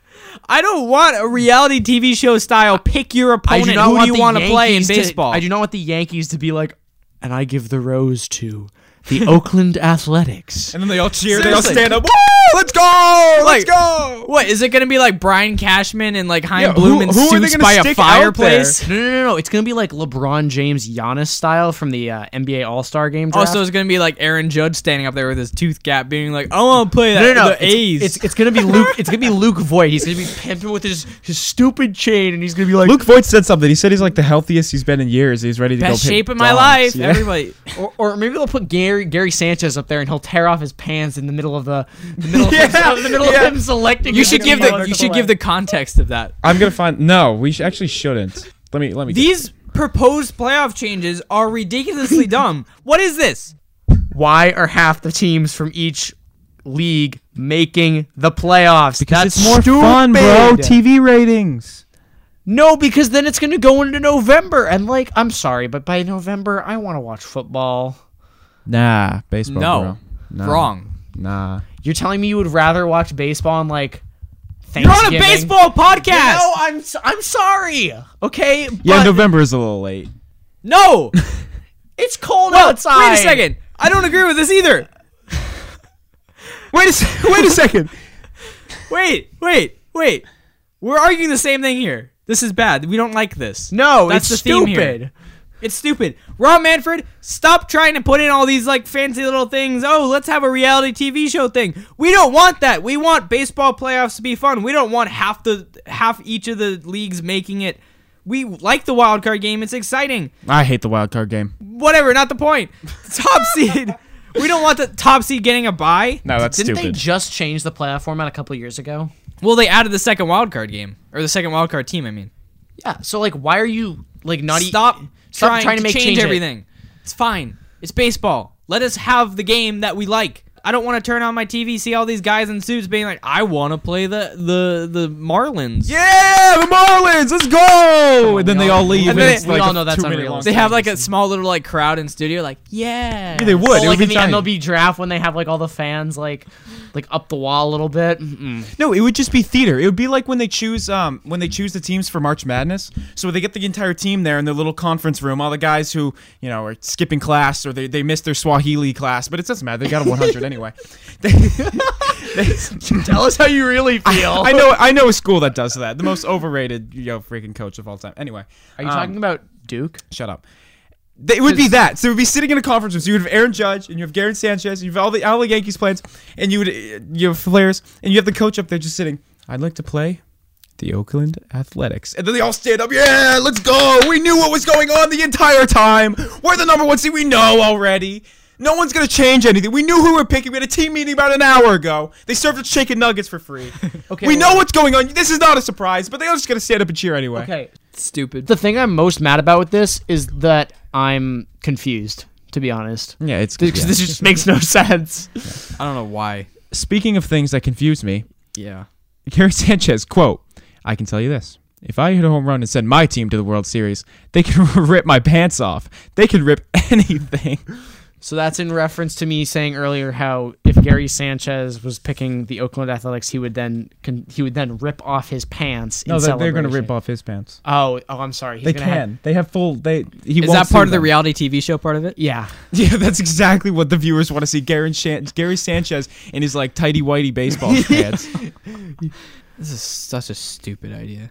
Speaker 1: I don't want a reality TV show style. Pick your opponent. Who do you
Speaker 2: the
Speaker 1: want to play in
Speaker 2: Yankees to-
Speaker 1: baseball?
Speaker 2: I do not want the Yankees to be like, and I give the rose to the Oakland Athletics.
Speaker 4: And then they all cheer.
Speaker 1: Seriously.
Speaker 4: up. Woo! Let's go!
Speaker 1: Like,
Speaker 4: go!
Speaker 1: What is it going to be like? Brian Cashman and like Hein
Speaker 4: Yeah, who-
Speaker 1: Bloom in
Speaker 4: who are they
Speaker 1: suits
Speaker 4: gonna
Speaker 1: by a
Speaker 4: stick out
Speaker 1: fireplace.
Speaker 2: No, no, no, no. It's gonna be like LeBron James, Giannis style from the uh, NBA All Star game. Draft.
Speaker 1: Also, it's gonna be like Aaron Judge standing up there with his tooth gap, being like, "I want to play that
Speaker 2: No, no, no.
Speaker 1: the A's."
Speaker 2: It's, it's, it's gonna be Luke. It's gonna be Luke Voigt. He's gonna be pimping with his, his stupid chain, and he's gonna be like,
Speaker 4: Luke Voigt said something. He said he's like the healthiest he's been in years. He's ready to go.
Speaker 1: best
Speaker 4: pick
Speaker 1: shape of my
Speaker 4: dogs.
Speaker 1: life.
Speaker 4: Yeah.
Speaker 1: Everybody,
Speaker 2: or, or maybe they'll put Gar- Gary Gary Sanchez up there, and he'll tear off his pants in the middle of the, the middle, of, him, of the middle of him selecting.
Speaker 1: You
Speaker 2: a
Speaker 1: should give
Speaker 2: team
Speaker 1: the
Speaker 2: over
Speaker 1: you
Speaker 2: to
Speaker 1: should give
Speaker 2: play.
Speaker 1: the context of that.
Speaker 4: I'm gonna find. No, we sh- actually shouldn't. Let me let me.
Speaker 1: These proposed playoff changes are ridiculously dumb. What is this?
Speaker 2: why are half the teams from each league making the playoffs? That's
Speaker 4: it's more fun, bro.
Speaker 2: stupid.
Speaker 4: TV ratings.
Speaker 2: No, because then it's going to go into November, and like, I'm sorry, but by November, I want to watch football.
Speaker 4: Nah, baseball.
Speaker 1: No.
Speaker 4: bro. Nah.
Speaker 1: Wrong.
Speaker 4: Nah.
Speaker 2: You're telling me you would rather watch baseball on like
Speaker 1: You're on
Speaker 2: Thanksgiving?
Speaker 1: a baseball podcast.
Speaker 2: No, I'm s- I'm sorry. Okay, but
Speaker 4: Yeah, November is a little late.
Speaker 1: No.
Speaker 2: it's cold
Speaker 1: Well,
Speaker 2: outside.
Speaker 1: Wait a second. I don't agree with this either.
Speaker 4: Wait a se- wait a second.
Speaker 1: Wait, wait, wait. We're arguing the same thing here. This is bad. We don't like this.
Speaker 2: No,
Speaker 1: That's
Speaker 2: it's
Speaker 1: the theme here.
Speaker 2: stupid.
Speaker 1: It's stupid. Rob Manfred, stop trying to put in all these like fancy little things. Oh, let's have a reality TV show thing. We don't want that. We want baseball playoffs to be fun. We don't want half the half each of the leagues making it. We like the wild card game. It's exciting.
Speaker 4: I hate the wild card game.
Speaker 1: Whatever, not the point. Top seed. We don't want the top seed getting a bye.
Speaker 4: No, that's
Speaker 2: Didn't they
Speaker 4: stupid.
Speaker 2: just change the playoff format a couple years ago?
Speaker 1: Well, they added the second wild card game or the second wild card team. I mean,
Speaker 2: Yeah. So like, why are you like not e-
Speaker 1: stop,
Speaker 2: stop
Speaker 1: trying,
Speaker 2: trying
Speaker 1: to,
Speaker 2: to make
Speaker 1: change,
Speaker 2: change it.
Speaker 1: everything. It's fine. It's baseball. Let us have the game that we like. I don't want to turn on my TV, see all these guys in suits being like, "I want to play the the the Marlins."
Speaker 4: yeah, the Marlins. Let's go. And then they all leave.
Speaker 1: And
Speaker 4: And
Speaker 1: then
Speaker 4: it's
Speaker 1: we
Speaker 4: like
Speaker 2: all
Speaker 4: a
Speaker 2: know that's
Speaker 4: two-minute
Speaker 2: unrealistic.
Speaker 4: long
Speaker 1: They have like a small little like crowd in studio, like, "Yeah."
Speaker 4: They would.
Speaker 2: Well,
Speaker 4: it would
Speaker 2: like
Speaker 4: be
Speaker 2: in the
Speaker 4: tiny.
Speaker 2: MLB draft when they have like all the fans like like up the wall a little bit. Mm-mm.
Speaker 4: No, it would just be theater. It would be like when they choose um when they choose the teams for March Madness. So they get the entire team there in their little conference room. All the guys who you know are skipping class or they, they missed their Swahili class, but it doesn't matter. They got a 100 anyway. They- they-
Speaker 2: Tell us how you really feel.
Speaker 4: I know I know a school that does that. The most overrated you know freaking coach of all time. Anyway,
Speaker 2: Are you
Speaker 4: Um,
Speaker 2: talking about Duke?
Speaker 4: Shut up. They- It would be that. So it would be sitting in a conference room. So you would have Aaron Judge and you have Garrett Sanchez. And you have all the all the Yankees players, and you would uh, you have Flares, and you have the coach up there just sitting. I'd like to play the Oakland Athletics, and then they all stand up. Yeah, let's go. We knew what was going on the entire time. We're the number one seed. We know already. No one's gonna change anything. We knew who we were picking. We had a team meeting about an hour ago. They served us chicken nuggets for free.
Speaker 2: Okay,
Speaker 4: we
Speaker 2: well-
Speaker 4: know what's going on. This is not a surprise, but they're just gonna stand up and cheer anyway.
Speaker 2: Okay.
Speaker 1: Stupid.
Speaker 2: The thing I'm most mad about with this is that I'm confused, to be honest.
Speaker 4: Yeah, it's
Speaker 2: Because this just makes no sense.
Speaker 1: I don't know why.
Speaker 4: Speaking of things that confuse me,
Speaker 1: Yeah.
Speaker 4: Gary Sanchez, quote, I can tell you this. If I hit a home run and send my team to the World Series, they can rip my pants off. They can rip anything.
Speaker 2: So that's in reference to me saying earlier how if Gary Sanchez was picking the Oakland Athletics, he would then con- he would then rip off his pants.
Speaker 4: No,
Speaker 2: in
Speaker 4: they're, they're going to
Speaker 2: celebration.
Speaker 4: rip off his pants.
Speaker 2: Oh, oh, I'm sorry. He's
Speaker 4: They
Speaker 2: gonna have-
Speaker 4: can. they have full. They. He
Speaker 1: Is
Speaker 4: won't
Speaker 1: that part
Speaker 4: sue
Speaker 1: of the
Speaker 4: them.
Speaker 1: reality TV show? Part of it?
Speaker 2: yeah.
Speaker 4: Yeah, that's exactly what the viewers want to see. Gary, Shan- Gary Sanchez in his like tidy whitey baseball pants.
Speaker 1: This is such a stupid idea.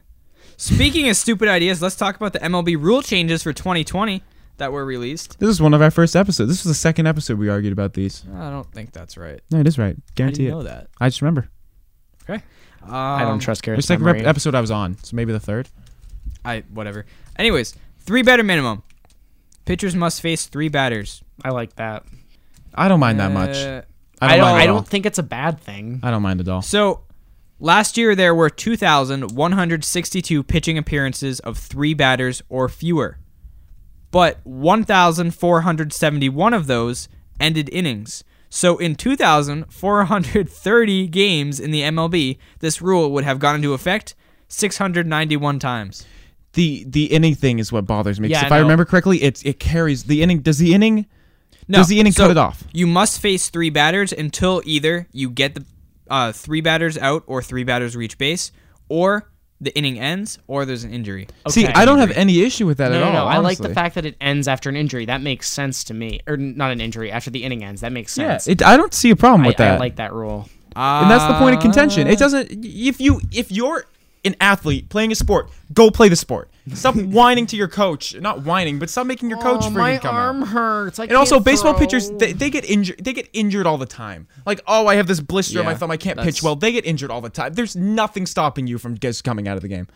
Speaker 1: Speaking of stupid ideas, let's talk about the MLB rule changes for 2020 that were released.
Speaker 4: This is one of our first episodes. This was the second episode we argued about these.
Speaker 1: I don't think that's right.
Speaker 4: No, it is right.
Speaker 1: How do
Speaker 4: Guarantee
Speaker 1: you
Speaker 4: it.
Speaker 1: know that?
Speaker 4: I just remember.
Speaker 1: Um,
Speaker 2: I don't trust Gary.
Speaker 4: It's like rep- episode I was on, so maybe the third.
Speaker 1: I whatever. Anyways, three batter minimum. Pitchers must face three batters.
Speaker 2: I like that.
Speaker 4: I don't mind that much.
Speaker 1: Uh,
Speaker 4: I don't. mind
Speaker 2: I
Speaker 4: at all.
Speaker 2: don't think it's a bad thing.
Speaker 4: I don't mind at all.
Speaker 1: So, last year there were 2,162 pitching appearances of three batters or fewer, but 1,471 of those ended innings. So, in 2,430 games in the MLB, this rule would have gone into effect 691 times.
Speaker 4: the the inning thing is what bothers me. 'cause
Speaker 2: Yeah,
Speaker 4: if
Speaker 2: I
Speaker 4: I
Speaker 2: know.
Speaker 4: remember correctly, it it carries the inning. Does the inning?
Speaker 1: No,
Speaker 4: Does the inning
Speaker 1: so
Speaker 4: cut it off?
Speaker 1: You must face three batters until either you get the uh, three batters out or three batters reach base, or the inning ends, or there's an injury.
Speaker 4: See,
Speaker 2: Okay.
Speaker 4: I don't have any issue with that
Speaker 2: No,
Speaker 4: at
Speaker 2: no,
Speaker 4: all.
Speaker 2: no. I like the
Speaker 4: honestly.
Speaker 2: fact that it ends after an injury. That makes sense to me. Or n- not an injury, after the inning ends. That makes
Speaker 4: Yeah,
Speaker 2: sense.
Speaker 4: it, I don't see a problem
Speaker 2: I,
Speaker 4: with that.
Speaker 2: I like that rule.
Speaker 4: and that's the point of contention. It doesn't. If you if you're an athlete playing a sport, go play the sport. Stop whining to your coach. Not whining, but stop making your coach freaking come out.
Speaker 2: Oh, hurts.
Speaker 4: And also, baseball pitchers they, they get injured. They get injured all the time. Like, oh, I have this blister on my
Speaker 1: Yeah,
Speaker 4: thumb. I can't
Speaker 1: that's-
Speaker 4: pitch well. They get injured all the time. There's nothing stopping you from just coming out of the game.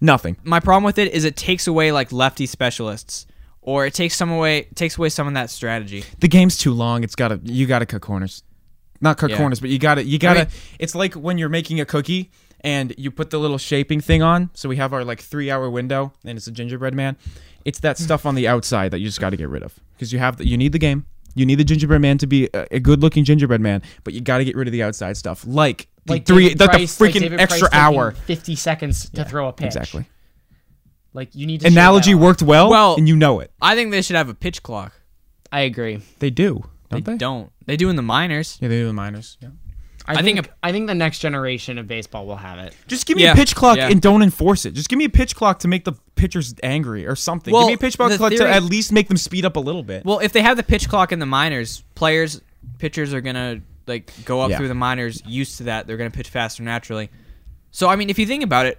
Speaker 4: Nothing.
Speaker 1: my problem with it is it takes away like lefty specialists or it takes some away takes away some of that strategy.
Speaker 4: the game's too long. It's gotta you gotta cut corners, not cut
Speaker 1: Yeah.
Speaker 4: corners, but you gotta you gotta.
Speaker 1: mean-
Speaker 4: it's like when you're making a cookie and you put the little shaping thing on. So we have our like three hour window, and it's a gingerbread man. It's that stuff on the outside that you just gotta get rid of because you have the, you need the game. You need the gingerbread man to be a, a good looking gingerbread man, but you gotta get rid of the outside stuff, like the
Speaker 2: Like
Speaker 4: three
Speaker 2: David
Speaker 4: that the
Speaker 2: Price- like
Speaker 4: freaking
Speaker 2: David Price
Speaker 4: extra
Speaker 2: taking
Speaker 4: hour.
Speaker 2: fifty seconds to throw a pitch.
Speaker 4: Exactly.
Speaker 2: Like you need to shave that
Speaker 4: Analogy
Speaker 2: off.
Speaker 4: worked well,
Speaker 1: Well-
Speaker 4: and you know it.
Speaker 1: I think they should have a pitch clock.
Speaker 2: I agree.
Speaker 4: They do, don't they?
Speaker 1: They don't. They do in the minors.
Speaker 4: Yeah, they do the minors. Yeah.
Speaker 2: I,
Speaker 1: I think
Speaker 2: think, I think the next generation of baseball will have it.
Speaker 4: Just give me
Speaker 1: Yeah,
Speaker 4: a pitch clock
Speaker 1: yeah.
Speaker 4: and don't enforce it. Just give me a pitch clock to make the pitchers angry or something.
Speaker 1: Well,
Speaker 4: give me a pitch
Speaker 1: the
Speaker 4: clock
Speaker 1: theory-
Speaker 4: to at least make them speed up a little bit.
Speaker 1: Well, if they have the pitch clock in the minors, players pitchers are gonna like go up
Speaker 4: Yeah.
Speaker 1: through the minors used to that. They're gonna pitch faster naturally. So I mean, if you think about it,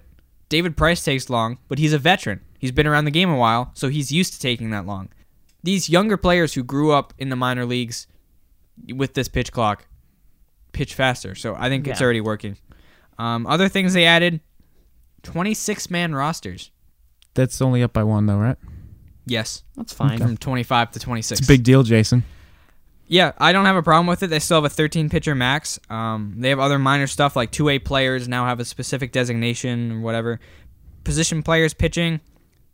Speaker 1: David Price takes long, but he's a veteran. He's been around the game a while, so he's used to taking that long. These younger players who grew up in the minor leagues with this pitch clock pitch faster. So I think it's
Speaker 2: Yeah.
Speaker 1: already working. Um, other things they added 26 man rosters.
Speaker 4: That's only up by one though, right?
Speaker 1: Yes,
Speaker 2: That's fine.
Speaker 1: from 25 to 26.
Speaker 4: deal, Jason.
Speaker 1: Yeah, I don't have a problem with it. They still have a 13 pitcher max. Um, they have other minor stuff like two A players now have a specific designation or whatever. Position players pitching,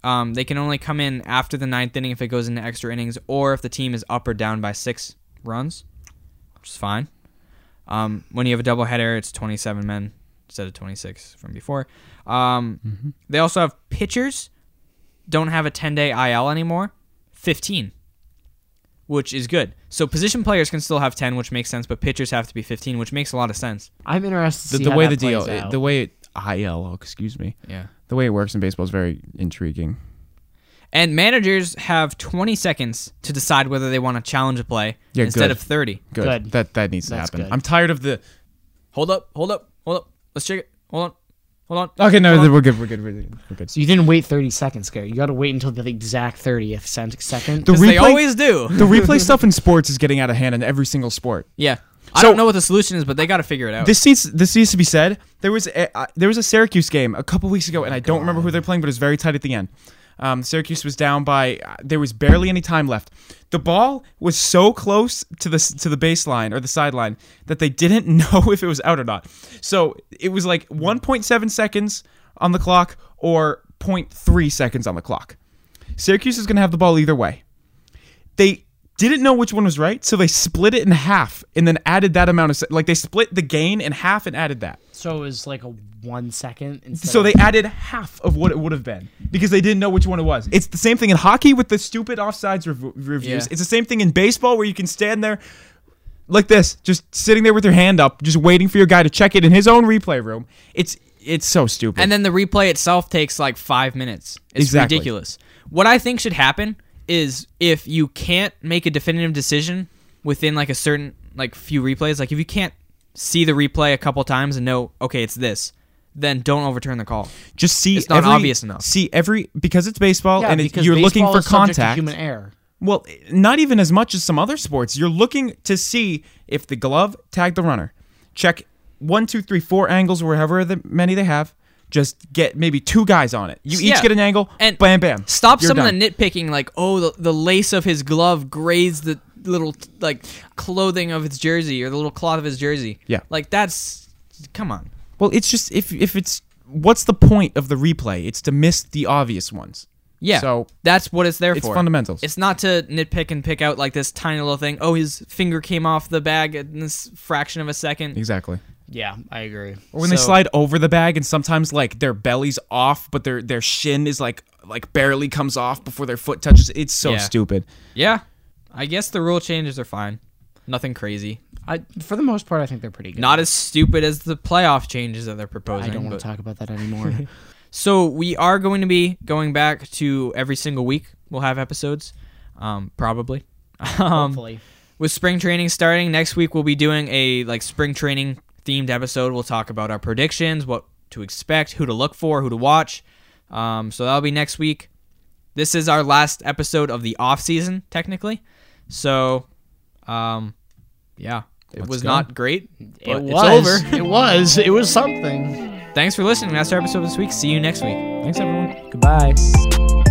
Speaker 1: um, they can only come in after the ninth inning if it goes into extra innings or if the team is up or down by six runs, which is fine. Um, when you have a doubleheader, it's 27 men instead of 26 from before. Um, They also have pitchers don't have a 10 day IL anymore, 15 which is good. So position players can still have 10, which makes sense, but pitchers have to be 15, which makes a lot of sense.
Speaker 2: I'm interested to
Speaker 4: The,
Speaker 2: see
Speaker 4: the
Speaker 2: how
Speaker 4: way the
Speaker 2: that
Speaker 4: deal,
Speaker 2: plays out.
Speaker 4: the way it, IL, excuse me,
Speaker 1: Yeah.
Speaker 4: the way it works in baseball is very intriguing.
Speaker 1: And managers have 20 seconds to decide whether they want to challenge a play
Speaker 4: Yeah,
Speaker 1: instead
Speaker 4: good.
Speaker 1: of 30.
Speaker 4: Good.
Speaker 2: Good.
Speaker 4: That that needs to
Speaker 2: That's
Speaker 4: happen.
Speaker 2: good.
Speaker 4: I'm tired of the.
Speaker 1: Hold up, hold up, hold up. Let's check it. Hold on. Hold on.
Speaker 4: Okay, no,
Speaker 1: hold on.
Speaker 4: we're good. We're good. We're good. We're good.
Speaker 2: so you didn't wait 30 seconds, Gary. You got to wait until the exact 30th cent- second.
Speaker 4: The
Speaker 1: 'Cause they
Speaker 4: replay,
Speaker 1: always do.
Speaker 4: the replay stuff in sports is getting out of hand in every single sport.
Speaker 1: Yeah. I
Speaker 4: So-
Speaker 1: don't know what the solution is, but they got to figure it out.
Speaker 4: This needs this needs to be said. There was a, uh, there was a Syracuse game a couple weeks ago, and I don't remember who they're playing, but it was very tight at the end. Um, Syracuse was down by uh, there was barely any time left. The ball was so close to the s- to the baseline or the sideline that they didn't know if it was out or not. So it was like 1.7 seconds on the clock or 0.3 seconds on the clock. Syracuse is going to have the ball either way they didn't know which one was right, so they split it in half and then added that amount of se- like they split the gain in half and added that.
Speaker 2: so it was like a one second. Instead
Speaker 4: So
Speaker 2: of-
Speaker 4: they added half of what it would have been because they didn't know which one it was. It's the same thing in hockey with the stupid offsides rev- reviews.
Speaker 1: Yeah.
Speaker 4: It's the same thing in baseball where you can stand there like this, just sitting there with your hand up, just waiting for your guy to check it in his own replay room. It's it's so stupid.
Speaker 1: and then the replay itself takes like five minutes. It's
Speaker 4: Exactly.
Speaker 1: ridiculous. What I think should happen is if you can't make a definitive decision within like a certain like few replays, like if you can't see the replay a couple times and know okay it's this, then don't overturn the call.
Speaker 4: just see
Speaker 1: It's not
Speaker 4: every-
Speaker 1: obvious enough.
Speaker 4: See every because it's baseball
Speaker 2: yeah,
Speaker 4: and it,
Speaker 2: because
Speaker 4: you're looking
Speaker 2: baseball
Speaker 4: for
Speaker 2: is subject to
Speaker 4: contact.
Speaker 2: Human error.
Speaker 4: Well, not even as much as some other sports. You're looking to see if the glove tagged the runner. Check one, two, three, four angles, wherever the many they have. Just get maybe two guys on it. You each
Speaker 1: Yeah.
Speaker 4: get an angle.
Speaker 1: And
Speaker 4: bam, bam.
Speaker 1: Stop
Speaker 4: You're
Speaker 1: some
Speaker 4: done.
Speaker 1: of the nitpicking, like oh the, the lace of his glove grazed the little like clothing of his jersey or the little cloth of his jersey.
Speaker 4: Yeah.
Speaker 1: like that's come on.
Speaker 4: Well, it's just if if it's what's the point of the replay? It's to miss the obvious ones.
Speaker 1: Yeah.
Speaker 4: So
Speaker 1: that's what it's there
Speaker 4: it's
Speaker 1: for.
Speaker 4: fundamentals.
Speaker 1: It's not to nitpick and pick out like this tiny little thing. Oh, his finger came off the bag in this fraction of a second.
Speaker 4: exactly.
Speaker 2: Yeah, I agree.
Speaker 4: Or when they
Speaker 1: So-
Speaker 4: slide over the bag, and sometimes like their belly's off, but their their shin is like like barely comes off before their foot touches. It's so
Speaker 1: Yeah.
Speaker 4: stupid.
Speaker 1: Yeah. I guess the rule changes are fine. Nothing crazy.
Speaker 2: I, for the most part, I think they're pretty good.
Speaker 1: Not as stupid as the playoff changes that they're
Speaker 2: I
Speaker 1: proposing.
Speaker 2: don't want
Speaker 1: but-
Speaker 2: to talk about that anymore.
Speaker 1: So we are going to be going back to every single week. We'll have episodes, um, probably. Um,
Speaker 2: Hopefully,
Speaker 1: with spring training starting next week we'll be doing a like spring training themed episode we'll talk about our predictions what to expect who to look for who to watch um, so that'll be next week this is our last episode of the off season technically so um, yeah it was
Speaker 4: go.
Speaker 1: not great but
Speaker 2: it
Speaker 1: it's
Speaker 2: was.
Speaker 1: over
Speaker 2: it was. It was something.
Speaker 1: thanks for listening that's our episode this week see you next week
Speaker 4: Thanks everyone.
Speaker 2: Goodbye.